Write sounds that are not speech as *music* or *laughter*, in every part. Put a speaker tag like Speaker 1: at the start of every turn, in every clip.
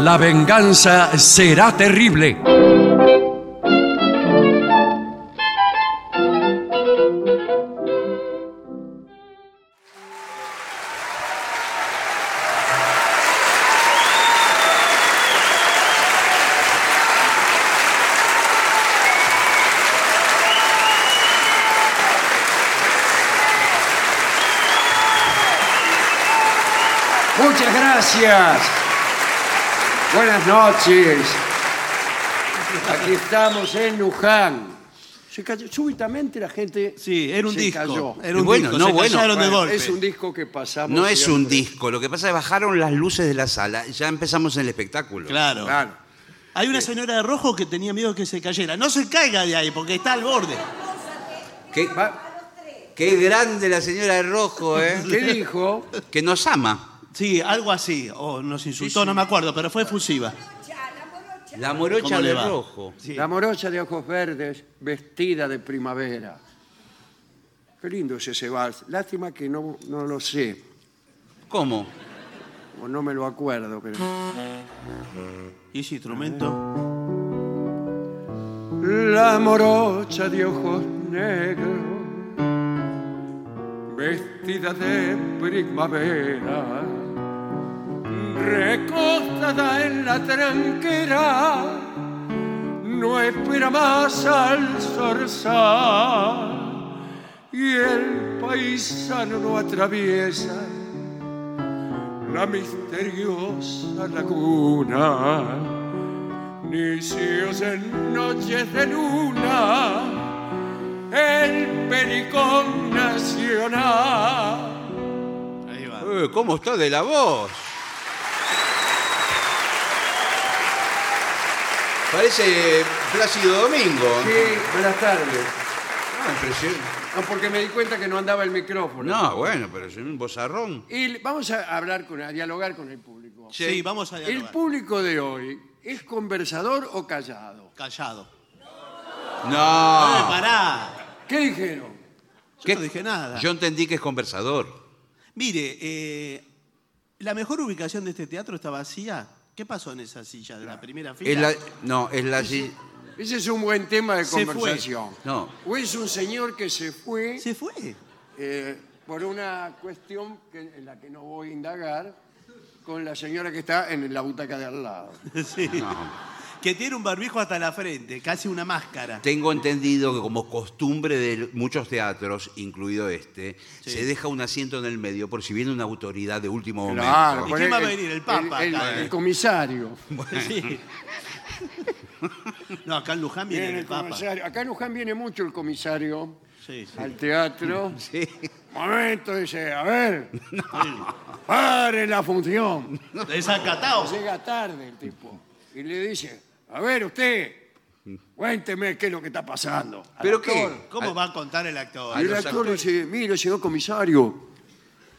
Speaker 1: La venganza será terrible.
Speaker 2: Muchas gracias. Buenas noches. Aquí estamos en Luján. Se cayó- Súbitamente la gente.
Speaker 3: Sí, era un
Speaker 2: se
Speaker 3: disco.
Speaker 2: cayó.
Speaker 3: Era un
Speaker 4: Bueno,
Speaker 3: disco.
Speaker 4: no,
Speaker 3: se
Speaker 4: bueno.
Speaker 3: callaron de
Speaker 2: Bueno,
Speaker 3: golpe.
Speaker 2: es un disco que pasamos.
Speaker 4: No es un
Speaker 2: siempre.
Speaker 4: disco, lo que pasa es que bajaron las luces de la sala, ya empezamos el espectáculo.
Speaker 3: Claro.
Speaker 2: Claro.
Speaker 3: Hay una señora de rojo que tenía miedo que se cayera. No se caiga de ahí porque está al borde.
Speaker 4: Qué,
Speaker 2: Va-
Speaker 4: qué grande la señora de rojo,
Speaker 3: *laughs*
Speaker 4: ¿eh? *laughs*
Speaker 2: ¿Qué dijo?
Speaker 4: Que nos ama.
Speaker 3: Sí, algo así. O nos insultó, no me acuerdo, pero fue efusiva.
Speaker 4: La
Speaker 3: ¿Cómo
Speaker 4: morocha
Speaker 3: le
Speaker 4: de
Speaker 3: va?
Speaker 4: rojo.
Speaker 3: Sí.
Speaker 2: La morocha de ojos verdes, vestida de primavera. Qué lindo es ese vals. Lástima que no, no lo sé,
Speaker 4: ¿Cómo?
Speaker 2: o no me lo acuerdo, pero.
Speaker 3: ¿Y ese instrumento?
Speaker 2: La morocha de ojos negros, vestida de primavera, recostada en la tranquera, no espera más al zorzal y el paisano no atraviesa la misteriosa laguna nicios en noches de luna, el pericón nacional.
Speaker 3: Ahí va.
Speaker 4: Eh, ¿Cómo está de la voz? Parece Plácido Domingo.
Speaker 2: Sí, buenas tardes.
Speaker 4: Ah, impresionante.
Speaker 2: No, porque me di cuenta que no andaba el micrófono.
Speaker 4: No, bueno, pero es un bozarrón.
Speaker 2: Y vamos a hablar con, a dialogar con el público.
Speaker 3: Sí, vamos a
Speaker 2: El
Speaker 3: dialogar.
Speaker 2: público de hoy es conversador o callado.
Speaker 3: Callado.
Speaker 2: Ah.
Speaker 3: Eh,
Speaker 4: No.
Speaker 3: pará!
Speaker 2: ¿Qué dijeron?
Speaker 3: Yo no dije nada.
Speaker 4: Yo entendí que es conversador.
Speaker 3: Mire, eh, la mejor ubicación de este teatro está vacía. ¿Qué pasó en esa silla de la primera fila?
Speaker 4: Es la- no, es la... si-
Speaker 2: Ese es un buen tema de
Speaker 3: Se fue.
Speaker 2: conversación.
Speaker 4: No.
Speaker 2: O es un señor que se fue
Speaker 3: Se fue. *laughs*
Speaker 2: eh, por una cuestión que- en la que no voy a indagar con la señora que está en la butaca de al lado.
Speaker 3: Sí. Que tiene un barbijo hasta la frente, casi una máscara.
Speaker 4: Tengo entendido que como costumbre de muchos teatros, incluido este,
Speaker 3: Sí.
Speaker 4: se deja un asiento en el medio por si viene una autoridad de último momento.
Speaker 2: Claro,
Speaker 3: ¿Y
Speaker 2: por el-
Speaker 3: quién va a venir? El Papa
Speaker 2: El,
Speaker 3: acá,
Speaker 2: el-
Speaker 3: eh.
Speaker 2: el comisario.
Speaker 3: Sí. *laughs* No, acá en Luján viene,
Speaker 2: Viene
Speaker 3: el
Speaker 2: el
Speaker 3: Papa.
Speaker 2: comisario. Acá en Luján viene mucho el comisario
Speaker 3: Sí, sí.
Speaker 2: al teatro.
Speaker 4: Sí.
Speaker 2: Momento, dice, a
Speaker 3: *laughs*
Speaker 2: ver, pare la función.
Speaker 3: Desacatado.
Speaker 2: Llega tarde el tipo y le dice, a ver usted, cuénteme qué es lo que está pasando. Al
Speaker 4: ¿Pero qué?
Speaker 2: actor.
Speaker 3: ¿Cómo va a contar el actor?
Speaker 2: Y el actor le dice, mire, señor comisario,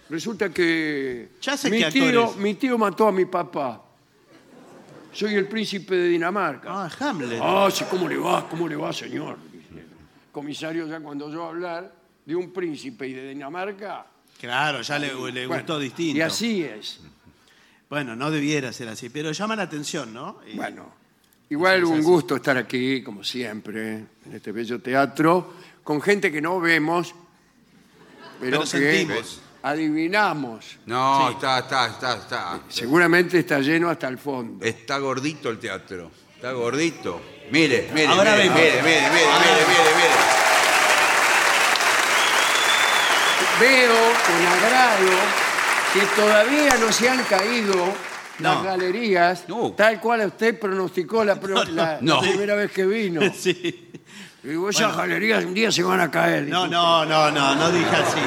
Speaker 2: resulta que
Speaker 3: Ya sé
Speaker 2: mi,
Speaker 3: qué actor
Speaker 2: tío,
Speaker 3: es.
Speaker 2: mi tío mató a mi papá. Soy el príncipe de Dinamarca.
Speaker 3: Ah, Hamlet.
Speaker 2: Ah, sí, ¿cómo le va? ¿Cómo le va, señor? Dice. Comisario, ya cuando yo hablar de un príncipe y de Dinamarca.
Speaker 3: Claro, ya le, le
Speaker 2: bueno,
Speaker 3: gustó distinto.
Speaker 2: Y así es.
Speaker 3: Bueno, no debiera ser así, pero llama la atención, ¿no? Y-
Speaker 2: Bueno, igual un gusto estar aquí, como siempre, en este bello teatro, con gente que no vemos, pero,
Speaker 3: Pero
Speaker 2: que
Speaker 3: sentimos.
Speaker 2: adivinamos.
Speaker 4: No, está, está, está, está.
Speaker 2: Seguramente está lleno hasta el fondo.
Speaker 4: Está gordito el teatro. Está gordito. Mire, mire,
Speaker 3: Ahora
Speaker 4: mire,
Speaker 3: vemos.
Speaker 4: mire, mire, mire, mire, mire, mire.
Speaker 2: Veo con agrado que todavía no se han caído las
Speaker 3: No.
Speaker 2: galerías,
Speaker 4: No.
Speaker 2: tal cual usted pronosticó la, pro- la- la
Speaker 4: no.
Speaker 2: primera vez que vino.
Speaker 3: Sí.
Speaker 2: Digo, esas galerías un día se van a caer.
Speaker 3: No, no, no, no, no dije así.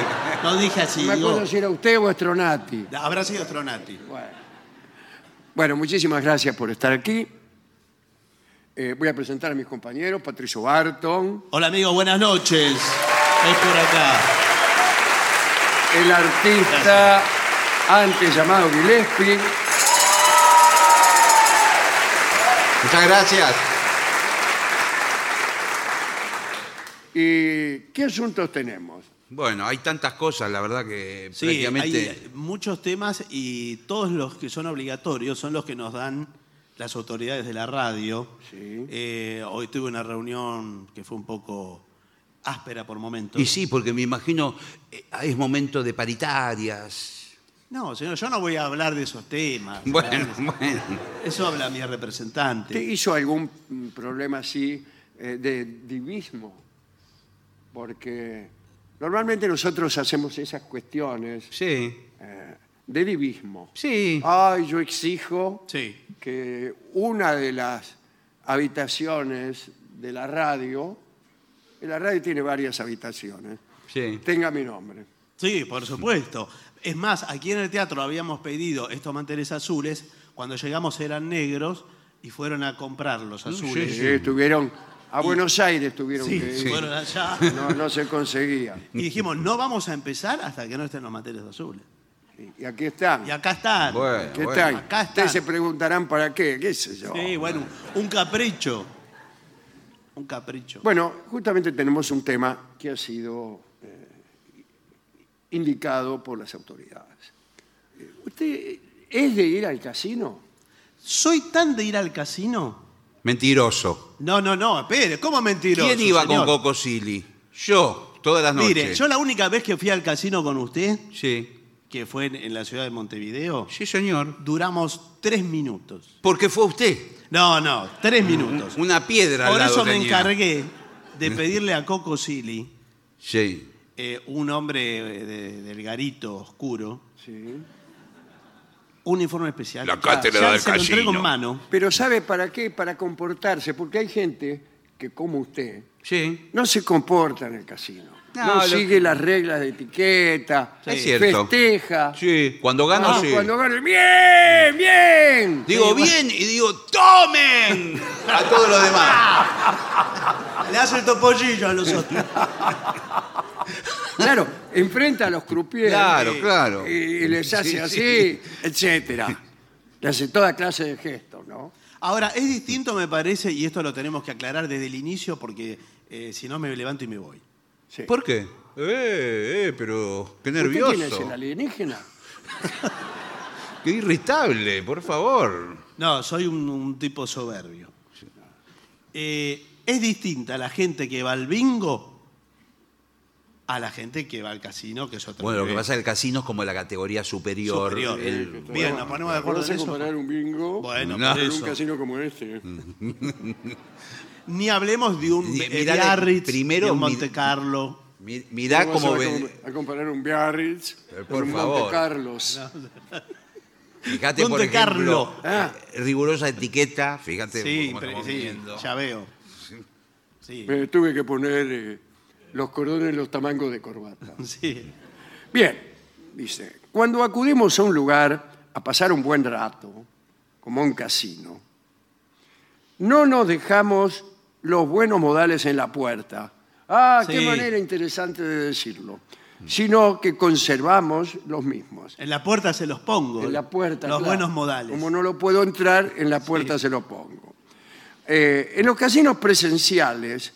Speaker 3: No dije así.
Speaker 2: No me
Speaker 3: digo,
Speaker 2: acuerdo si era usted o Estronati.
Speaker 3: Habrá sido Tronati.
Speaker 2: Bueno. Bueno, muchísimas gracias por estar aquí. Eh, voy a presentar a mis compañeros, Patricio Barton,
Speaker 3: Hola, amigo, buenas noches. Es por acá.
Speaker 2: el artista antes llamado Gillespie,
Speaker 4: Muchas gracias.
Speaker 2: y Eh, ¿qué asuntos tenemos?
Speaker 4: Bueno, hay tantas cosas, la verdad que
Speaker 3: Sí, eh,
Speaker 4: prácticamente...
Speaker 3: hay muchos temas y todos los que son obligatorios son los que nos dan las autoridades de la radio.
Speaker 2: Sí.
Speaker 3: Eh, hoy tuve una reunión que fue un poco áspera por momentos.
Speaker 4: Y sí, porque me imagino eh, es momento de paritarias.
Speaker 3: No, señor, yo no voy a hablar de esos temas.
Speaker 4: *laughs* Bueno, bueno.
Speaker 3: Eso habla mi representante.
Speaker 2: ¿Te hizo algún mm, problema así eh, de divismo? Porque normalmente nosotros hacemos esas cuestiones
Speaker 4: Sí,
Speaker 2: eh, de divismo.
Speaker 4: sí.
Speaker 2: Ay, yo exijo
Speaker 3: Sí.
Speaker 2: que una de las habitaciones de la radio, y la radio tiene varias habitaciones,
Speaker 4: Sí.
Speaker 2: tenga mi nombre.
Speaker 3: Sí, por supuesto. Es más, aquí en el teatro habíamos pedido estos manteles azules, cuando llegamos eran negros y fueron a comprar los azules.
Speaker 2: Sí, Eh, estuvieron a Buenos Aires, tuvieron
Speaker 3: Sí,
Speaker 2: que ir.
Speaker 3: fueron allá.
Speaker 2: *laughs* No, no se conseguía.
Speaker 3: Y dijimos, no vamos a empezar hasta que no estén los manteles azules.
Speaker 2: Y aquí están.
Speaker 3: Y acá están.
Speaker 4: Bueno,
Speaker 2: ¿Qué
Speaker 4: bueno.
Speaker 2: tal?
Speaker 3: Acá están.
Speaker 2: Ustedes se preguntarán para qué, qué sé yo.
Speaker 3: Sí, bueno, un capricho. Un capricho.
Speaker 2: Bueno, justamente tenemos un tema que ha sido eh, indicado por las autoridades. Eh, ¿Usted es de ir al casino?
Speaker 3: ¿Soy tan de ir al casino?
Speaker 4: Mentiroso.
Speaker 3: No, no, no, espere, ¿cómo mentiroso?
Speaker 4: ¿Quién iba
Speaker 3: señor?
Speaker 4: con Coco Silly? Yo, todas las noches.
Speaker 3: Mire, yo la única vez que fui al casino con usted,
Speaker 4: Sí.
Speaker 3: que fue en, en la ciudad de Montevideo,
Speaker 4: Sí, señor.
Speaker 3: duramos tres minutos.
Speaker 4: Porque fue usted.
Speaker 3: No, no, tres minutos.
Speaker 4: Mm, Una piedra al
Speaker 3: Por
Speaker 4: lado
Speaker 3: eso me
Speaker 4: tenía.
Speaker 3: encargué de pedirle a Coco Silly,
Speaker 4: Sí.
Speaker 3: eh, un hombre eh, de- del garito oscuro,
Speaker 2: Sí.
Speaker 3: un informe especial.
Speaker 5: La cátedra
Speaker 3: Ya
Speaker 5: del
Speaker 3: se lo entrego en
Speaker 5: casino.
Speaker 3: mano.
Speaker 2: Pero ¿sabe para qué? Para comportarse, porque hay gente que, como usted,
Speaker 4: Sí.
Speaker 2: no se comporta en el casino. No,
Speaker 4: No, lo-
Speaker 2: sigue las reglas de etiqueta,
Speaker 4: Sí. Es cierto.
Speaker 2: festeja.
Speaker 4: Sí. Cuando gano,
Speaker 2: Ah,
Speaker 4: sí.
Speaker 2: Cuando gana, ¡bien! ¡Bien!
Speaker 4: Digo bien y digo ¡Tomen! A todos los
Speaker 3: *laughs*
Speaker 4: demás.
Speaker 3: Le hace el topollillo a los otros.
Speaker 2: Claro, enfrenta a los croupiers.
Speaker 4: Claro,
Speaker 2: y-
Speaker 4: claro.
Speaker 2: Y les hace
Speaker 4: Sí,
Speaker 2: así, etcétera. Le hace toda clase de gestos, ¿no?
Speaker 3: Ahora, es distinto, me parece, y esto lo tenemos que aclarar desde el inicio, porque eh, si no me levanto y me voy.
Speaker 2: Sí.
Speaker 4: ¿Por qué? Eh, eh, pero qué
Speaker 2: ¿Usted
Speaker 4: nervioso.
Speaker 2: quién es, el alienígena?
Speaker 4: Qué irritable, por favor.
Speaker 3: No, soy un, un tipo soberbio. Eh, es distinta la gente que va al bingo a la gente que va al casino, que es otra
Speaker 4: Bueno, lo que
Speaker 3: nivel.
Speaker 4: pasa en el casino es como la categoría Eh. superior.
Speaker 3: Superior.
Speaker 4: el-
Speaker 3: Bien, nos ponemos de acuerdo en
Speaker 2: ¿Podés
Speaker 3: eso.
Speaker 2: comparar un bingo
Speaker 3: Bueno,
Speaker 4: No.
Speaker 3: por
Speaker 2: con un
Speaker 3: eso.
Speaker 2: casino como este?
Speaker 3: Ni hablemos de un
Speaker 4: Ni-
Speaker 3: eh,
Speaker 4: mirá,
Speaker 3: Biarritz,
Speaker 4: primero
Speaker 3: de un
Speaker 4: mi-
Speaker 3: Monte Carlo.
Speaker 4: Mi- Mirá
Speaker 2: ¿Cómo
Speaker 4: cómo
Speaker 2: se va a
Speaker 4: ven.
Speaker 2: com- A comparar un Biarritz
Speaker 4: Pero,
Speaker 2: con
Speaker 4: por
Speaker 2: un
Speaker 4: favor.
Speaker 2: Monte Carlos.
Speaker 4: Fíjate, por
Speaker 3: Monte
Speaker 4: ejemplo, eh,
Speaker 3: Carlo.
Speaker 2: Ah.
Speaker 4: rigurosa etiqueta. Fíjate
Speaker 3: Sí,
Speaker 4: cómo
Speaker 3: pre-
Speaker 4: estamos
Speaker 3: sí,
Speaker 4: viendo.
Speaker 3: ya veo. Sí, *laughs*
Speaker 2: Me tuve que poner eh, los cordones en los tamangos de corbata.
Speaker 3: sí.
Speaker 2: Bien, dice, cuando acudimos a un lugar a pasar un buen rato, como un casino, no nos dejamos los buenos modales en la puerta. Ah, qué
Speaker 3: Sí.
Speaker 2: manera interesante de decirlo. Sino que conservamos los mismos.
Speaker 3: En la puerta se los pongo.
Speaker 2: En la puerta.
Speaker 3: Los
Speaker 2: claro.
Speaker 3: buenos modales.
Speaker 2: Como no lo puedo entrar, en la puerta se lo pongo. Eh, en los casinos presenciales,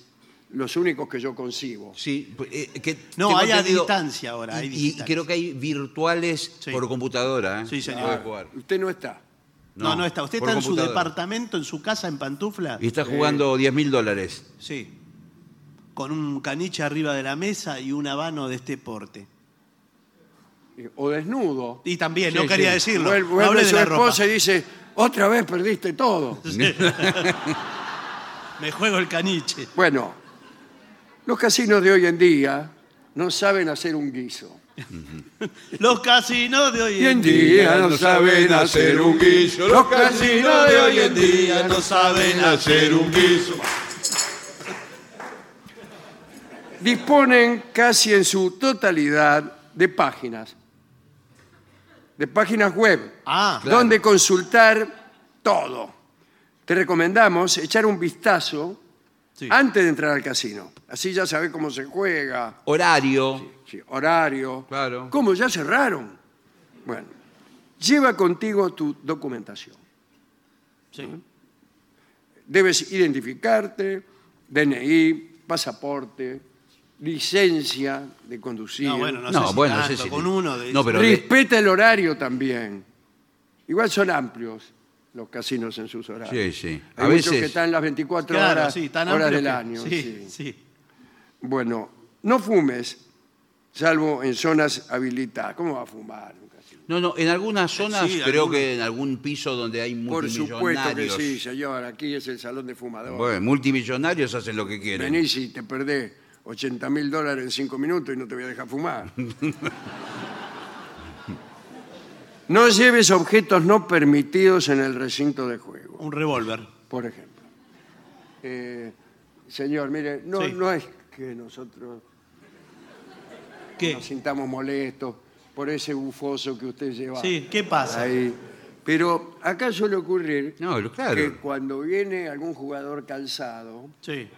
Speaker 2: los únicos que yo concibo,
Speaker 4: Sí, eh, que
Speaker 3: No,
Speaker 4: tengo
Speaker 3: hay a
Speaker 4: entendido-
Speaker 3: distancia ahora, hay
Speaker 4: y- Y,
Speaker 3: distancia.
Speaker 4: creo que hay virtuales
Speaker 3: Sí.
Speaker 4: por computadora. ¿eh?
Speaker 3: Sí, señor.
Speaker 4: Puede jugar.
Speaker 2: usted no está.
Speaker 3: No, no, está. Usted
Speaker 4: por
Speaker 3: está en su
Speaker 4: computadora.
Speaker 3: departamento, en su casa, en pantufla.
Speaker 4: Y está jugando 10 mil dólares.
Speaker 3: Sí. Con un caniche arriba de la mesa y un habano de este porte.
Speaker 2: eh, o desnudo.
Speaker 3: Y también,
Speaker 4: Sí,
Speaker 3: no quería
Speaker 4: sí.
Speaker 3: decirlo.
Speaker 2: Vuelve,
Speaker 3: no
Speaker 2: vuelve
Speaker 3: hable de
Speaker 2: su
Speaker 3: la ropa.
Speaker 2: esposa y dice, otra vez perdiste todo.
Speaker 3: Me juego el caniche.
Speaker 2: Bueno, los casinos de hoy en día no saben hacer un guiso.
Speaker 3: Los casinos de hoy
Speaker 2: Hoy en
Speaker 3: en
Speaker 2: día no saben hacer un guiso. Los casinos de hoy en día no
Speaker 3: saben hacer un
Speaker 2: disponen casi en su totalidad de páginas. De páginas web.
Speaker 3: Ah,
Speaker 4: claro.
Speaker 2: Donde consultar todo. Te recomendamos echar un vistazo
Speaker 3: Sí.
Speaker 2: antes de entrar al casino. Así ya sabes cómo se juega.
Speaker 4: Horario.
Speaker 2: Sí, horario.
Speaker 4: Claro.
Speaker 2: ¿Cómo? Ya cerraron. Bueno, lleva contigo tu documentación.
Speaker 3: Sí.
Speaker 2: Debes identificarte, DNI, pasaporte, licencia de conducir.
Speaker 3: No, bueno, no,
Speaker 4: No,
Speaker 3: sé si
Speaker 4: bueno,
Speaker 3: tanto,
Speaker 4: sí, sí.
Speaker 3: con uno de
Speaker 4: No, pero-
Speaker 2: Respeta el horario también. Igual son amplios. los casinos en sus
Speaker 4: Sí,
Speaker 2: horarios.
Speaker 4: sí.
Speaker 2: Hay
Speaker 4: A
Speaker 2: muchos
Speaker 4: veces-
Speaker 2: que están las 24
Speaker 3: Claro,
Speaker 2: horas,
Speaker 3: sí, tan
Speaker 2: horas
Speaker 3: amplio
Speaker 2: del
Speaker 3: que-
Speaker 2: año.
Speaker 3: Sí,
Speaker 2: sí.
Speaker 3: sí.
Speaker 2: Bueno, no fumes, salvo en zonas habilitadas. ¿Cómo va a fumar? un casino?
Speaker 4: No, no, en algunas zonas
Speaker 3: Sí,
Speaker 4: creo
Speaker 3: algunas.
Speaker 4: que en algún piso donde hay
Speaker 2: Por supuesto que
Speaker 4: multimillonarios.
Speaker 2: sí, señor. Aquí es el salón de fumadores.
Speaker 4: Bueno, multimillonarios hacen lo que quieren.
Speaker 2: Venís y te perdés 80 mil dólares en 5 minutos y no te voy a dejar
Speaker 3: *laughs*
Speaker 2: fumar. no lleves objetos no permitidos en el recinto de juego,
Speaker 3: Un revólver.
Speaker 2: por ejemplo. Eh, señor, mire, no,
Speaker 3: Sí.
Speaker 2: no es que nosotros
Speaker 3: ¿Qué?
Speaker 2: nos sintamos molestos por ese bufoso que usted lleva
Speaker 3: Sí, ¿qué pasa?
Speaker 2: ahí. Pero acá suele ocurrir
Speaker 4: No, lo- claro.
Speaker 2: que cuando viene algún jugador calzado,
Speaker 3: Sí.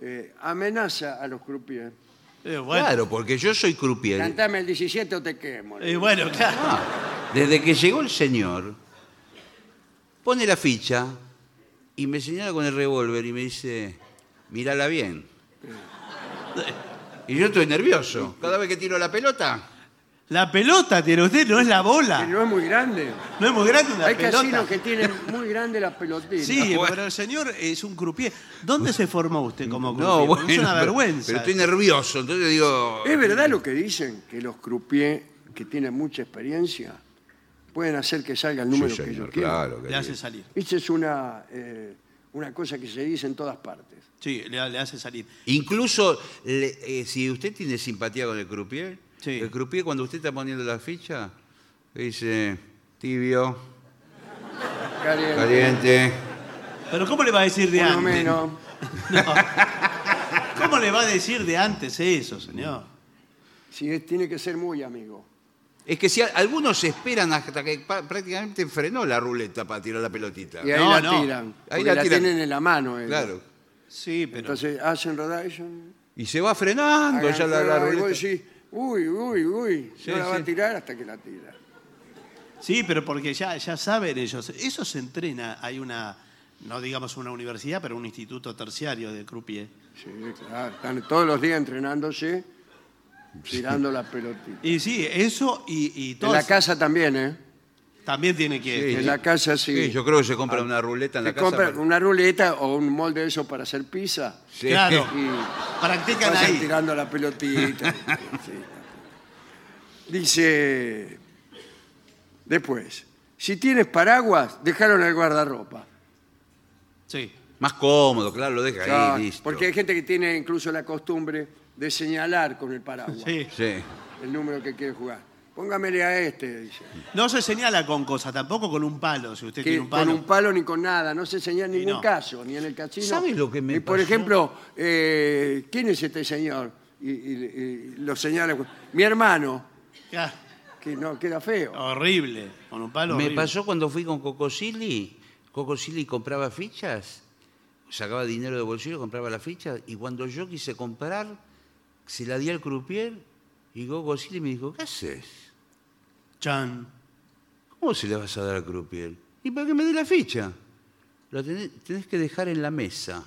Speaker 2: eh, amenaza a los croupiers.
Speaker 3: Eh, bueno.
Speaker 4: Claro, porque yo soy croupier.
Speaker 2: Cantame el 17 o te quemo.
Speaker 3: Eh, bueno, claro.
Speaker 4: Ah, desde que llegó el señor, pone la ficha y me señala con el revólver y me dice, mírala bien. Y yo estoy nervioso. Cada vez que tiro la pelota,
Speaker 3: La pelota tiene usted, no es la
Speaker 2: Que
Speaker 3: bola.
Speaker 2: no es muy grande.
Speaker 3: No es muy grande una
Speaker 2: Hay
Speaker 3: pelota.
Speaker 2: casinos que tienen muy grande las pelotitas.
Speaker 3: Sí,
Speaker 4: Ah, bueno.
Speaker 3: pero el señor es un croupier. ¿Dónde se formó usted como croupier?
Speaker 4: *laughs* no, bueno,
Speaker 3: es una
Speaker 4: pero-
Speaker 3: vergüenza.
Speaker 4: Pero, estoy nervioso, entonces digo,
Speaker 2: ¿Es verdad lo que dicen? Que los croupiers que tienen mucha experiencia pueden hacer que salga el
Speaker 4: Sí,
Speaker 2: número que
Speaker 4: señor,
Speaker 2: ellos quieran.
Speaker 4: claro. que
Speaker 3: le hace
Speaker 4: sí.
Speaker 3: salir.
Speaker 2: Esa es una, eh, una cosa que se dice en todas partes.
Speaker 3: Sí, le, le hace salir.
Speaker 4: Incluso le- eh, si usted tiene simpatía con el croupier,
Speaker 3: Sí.
Speaker 4: el croupier cuando usted está poniendo la ficha, dice tibio,
Speaker 2: Caliente,
Speaker 4: caliente.
Speaker 3: Pero ¿cómo le va a decir de
Speaker 2: por lo
Speaker 3: antes?
Speaker 2: menos.
Speaker 3: ¿Cómo le va a decir de antes eso, señor?
Speaker 2: Si es- tiene que ser muy amigo.
Speaker 4: Es que si a- algunos esperan hasta que pa- prácticamente frenó la ruleta para tirar la pelotita.
Speaker 2: Y ahí
Speaker 3: No,
Speaker 2: la
Speaker 3: no.
Speaker 2: tiran.
Speaker 4: Ahí
Speaker 2: Ahí
Speaker 4: la
Speaker 2: la,
Speaker 4: tiran.
Speaker 2: tienen en la mano. ellos.
Speaker 4: Claro.
Speaker 3: Sí, pero.
Speaker 2: Entonces hacen rodar. ellos-
Speaker 4: Y se va frenando ya la, la
Speaker 2: Agarrá, y
Speaker 4: ruleta.
Speaker 2: vos decís, uy, uy, uy,
Speaker 4: Sí,
Speaker 2: no la va
Speaker 4: sí.
Speaker 2: a tirar hasta que la tira.
Speaker 3: Sí, pero porque ya, ya saben ellos. Eso se entrena. Hay una, no digamos una universidad, pero un instituto terciario de croupier.
Speaker 2: Sí, claro, Ah, están todos los días entrenándose, tirando las pelotitas.
Speaker 3: Y sí, eso y, y
Speaker 2: En
Speaker 3: todo.
Speaker 2: la casa también, ¿eh?
Speaker 3: También tiene que.
Speaker 4: Sí.
Speaker 2: En la casa sí.
Speaker 4: Sí, yo creo que se
Speaker 2: Ah,
Speaker 4: compra una ruleta en la
Speaker 2: Te
Speaker 4: casa.
Speaker 2: compran
Speaker 4: para-
Speaker 2: una ruleta o un molde de eso para hacer pizza
Speaker 4: Sí.
Speaker 3: Claro.
Speaker 2: y
Speaker 3: Practican
Speaker 2: pasan
Speaker 3: ahí.
Speaker 2: tirando la pelotita. Sí. Dice, después, si tienes paraguas, dejaron el guardarropa.
Speaker 3: Sí.
Speaker 4: *laughs* Más cómodo, claro, lo deja
Speaker 2: Claro,
Speaker 4: ahí, listo.
Speaker 2: porque hay gente que tiene incluso la costumbre de señalar con el paraguas
Speaker 3: Sí.
Speaker 4: Sí.
Speaker 2: el número que quiere jugar. Póngamele a este, dice.
Speaker 3: No se señala con cosa, tampoco con un palo, si usted
Speaker 2: Que
Speaker 3: tiene un palo.
Speaker 2: Con un palo ni con nada, no se señala en
Speaker 3: Y
Speaker 2: ningún
Speaker 3: no.
Speaker 2: caso, ni en el casino.
Speaker 4: ¿Sabe lo que me
Speaker 2: Y por
Speaker 4: pasó?
Speaker 2: ejemplo, eh, ¿quién es este señor? Y, y- y lo señala. Mi hermano,
Speaker 3: Ah,
Speaker 2: que no queda feo.
Speaker 3: horrible. Con un palo.
Speaker 4: Me
Speaker 3: horrible.
Speaker 4: pasó cuando fui con Cocosilli. Cocosilli compraba fichas, sacaba dinero de bolsillo, compraba las fichas, y cuando yo quise comprar, se la di al croupier y Cocosilli me dijo, ¿qué haces?
Speaker 3: Chan.
Speaker 4: ¿Cómo se le vas a dar al croupier? ¿Y para qué me dé la ficha? La tenés, tenés que dejar en la mesa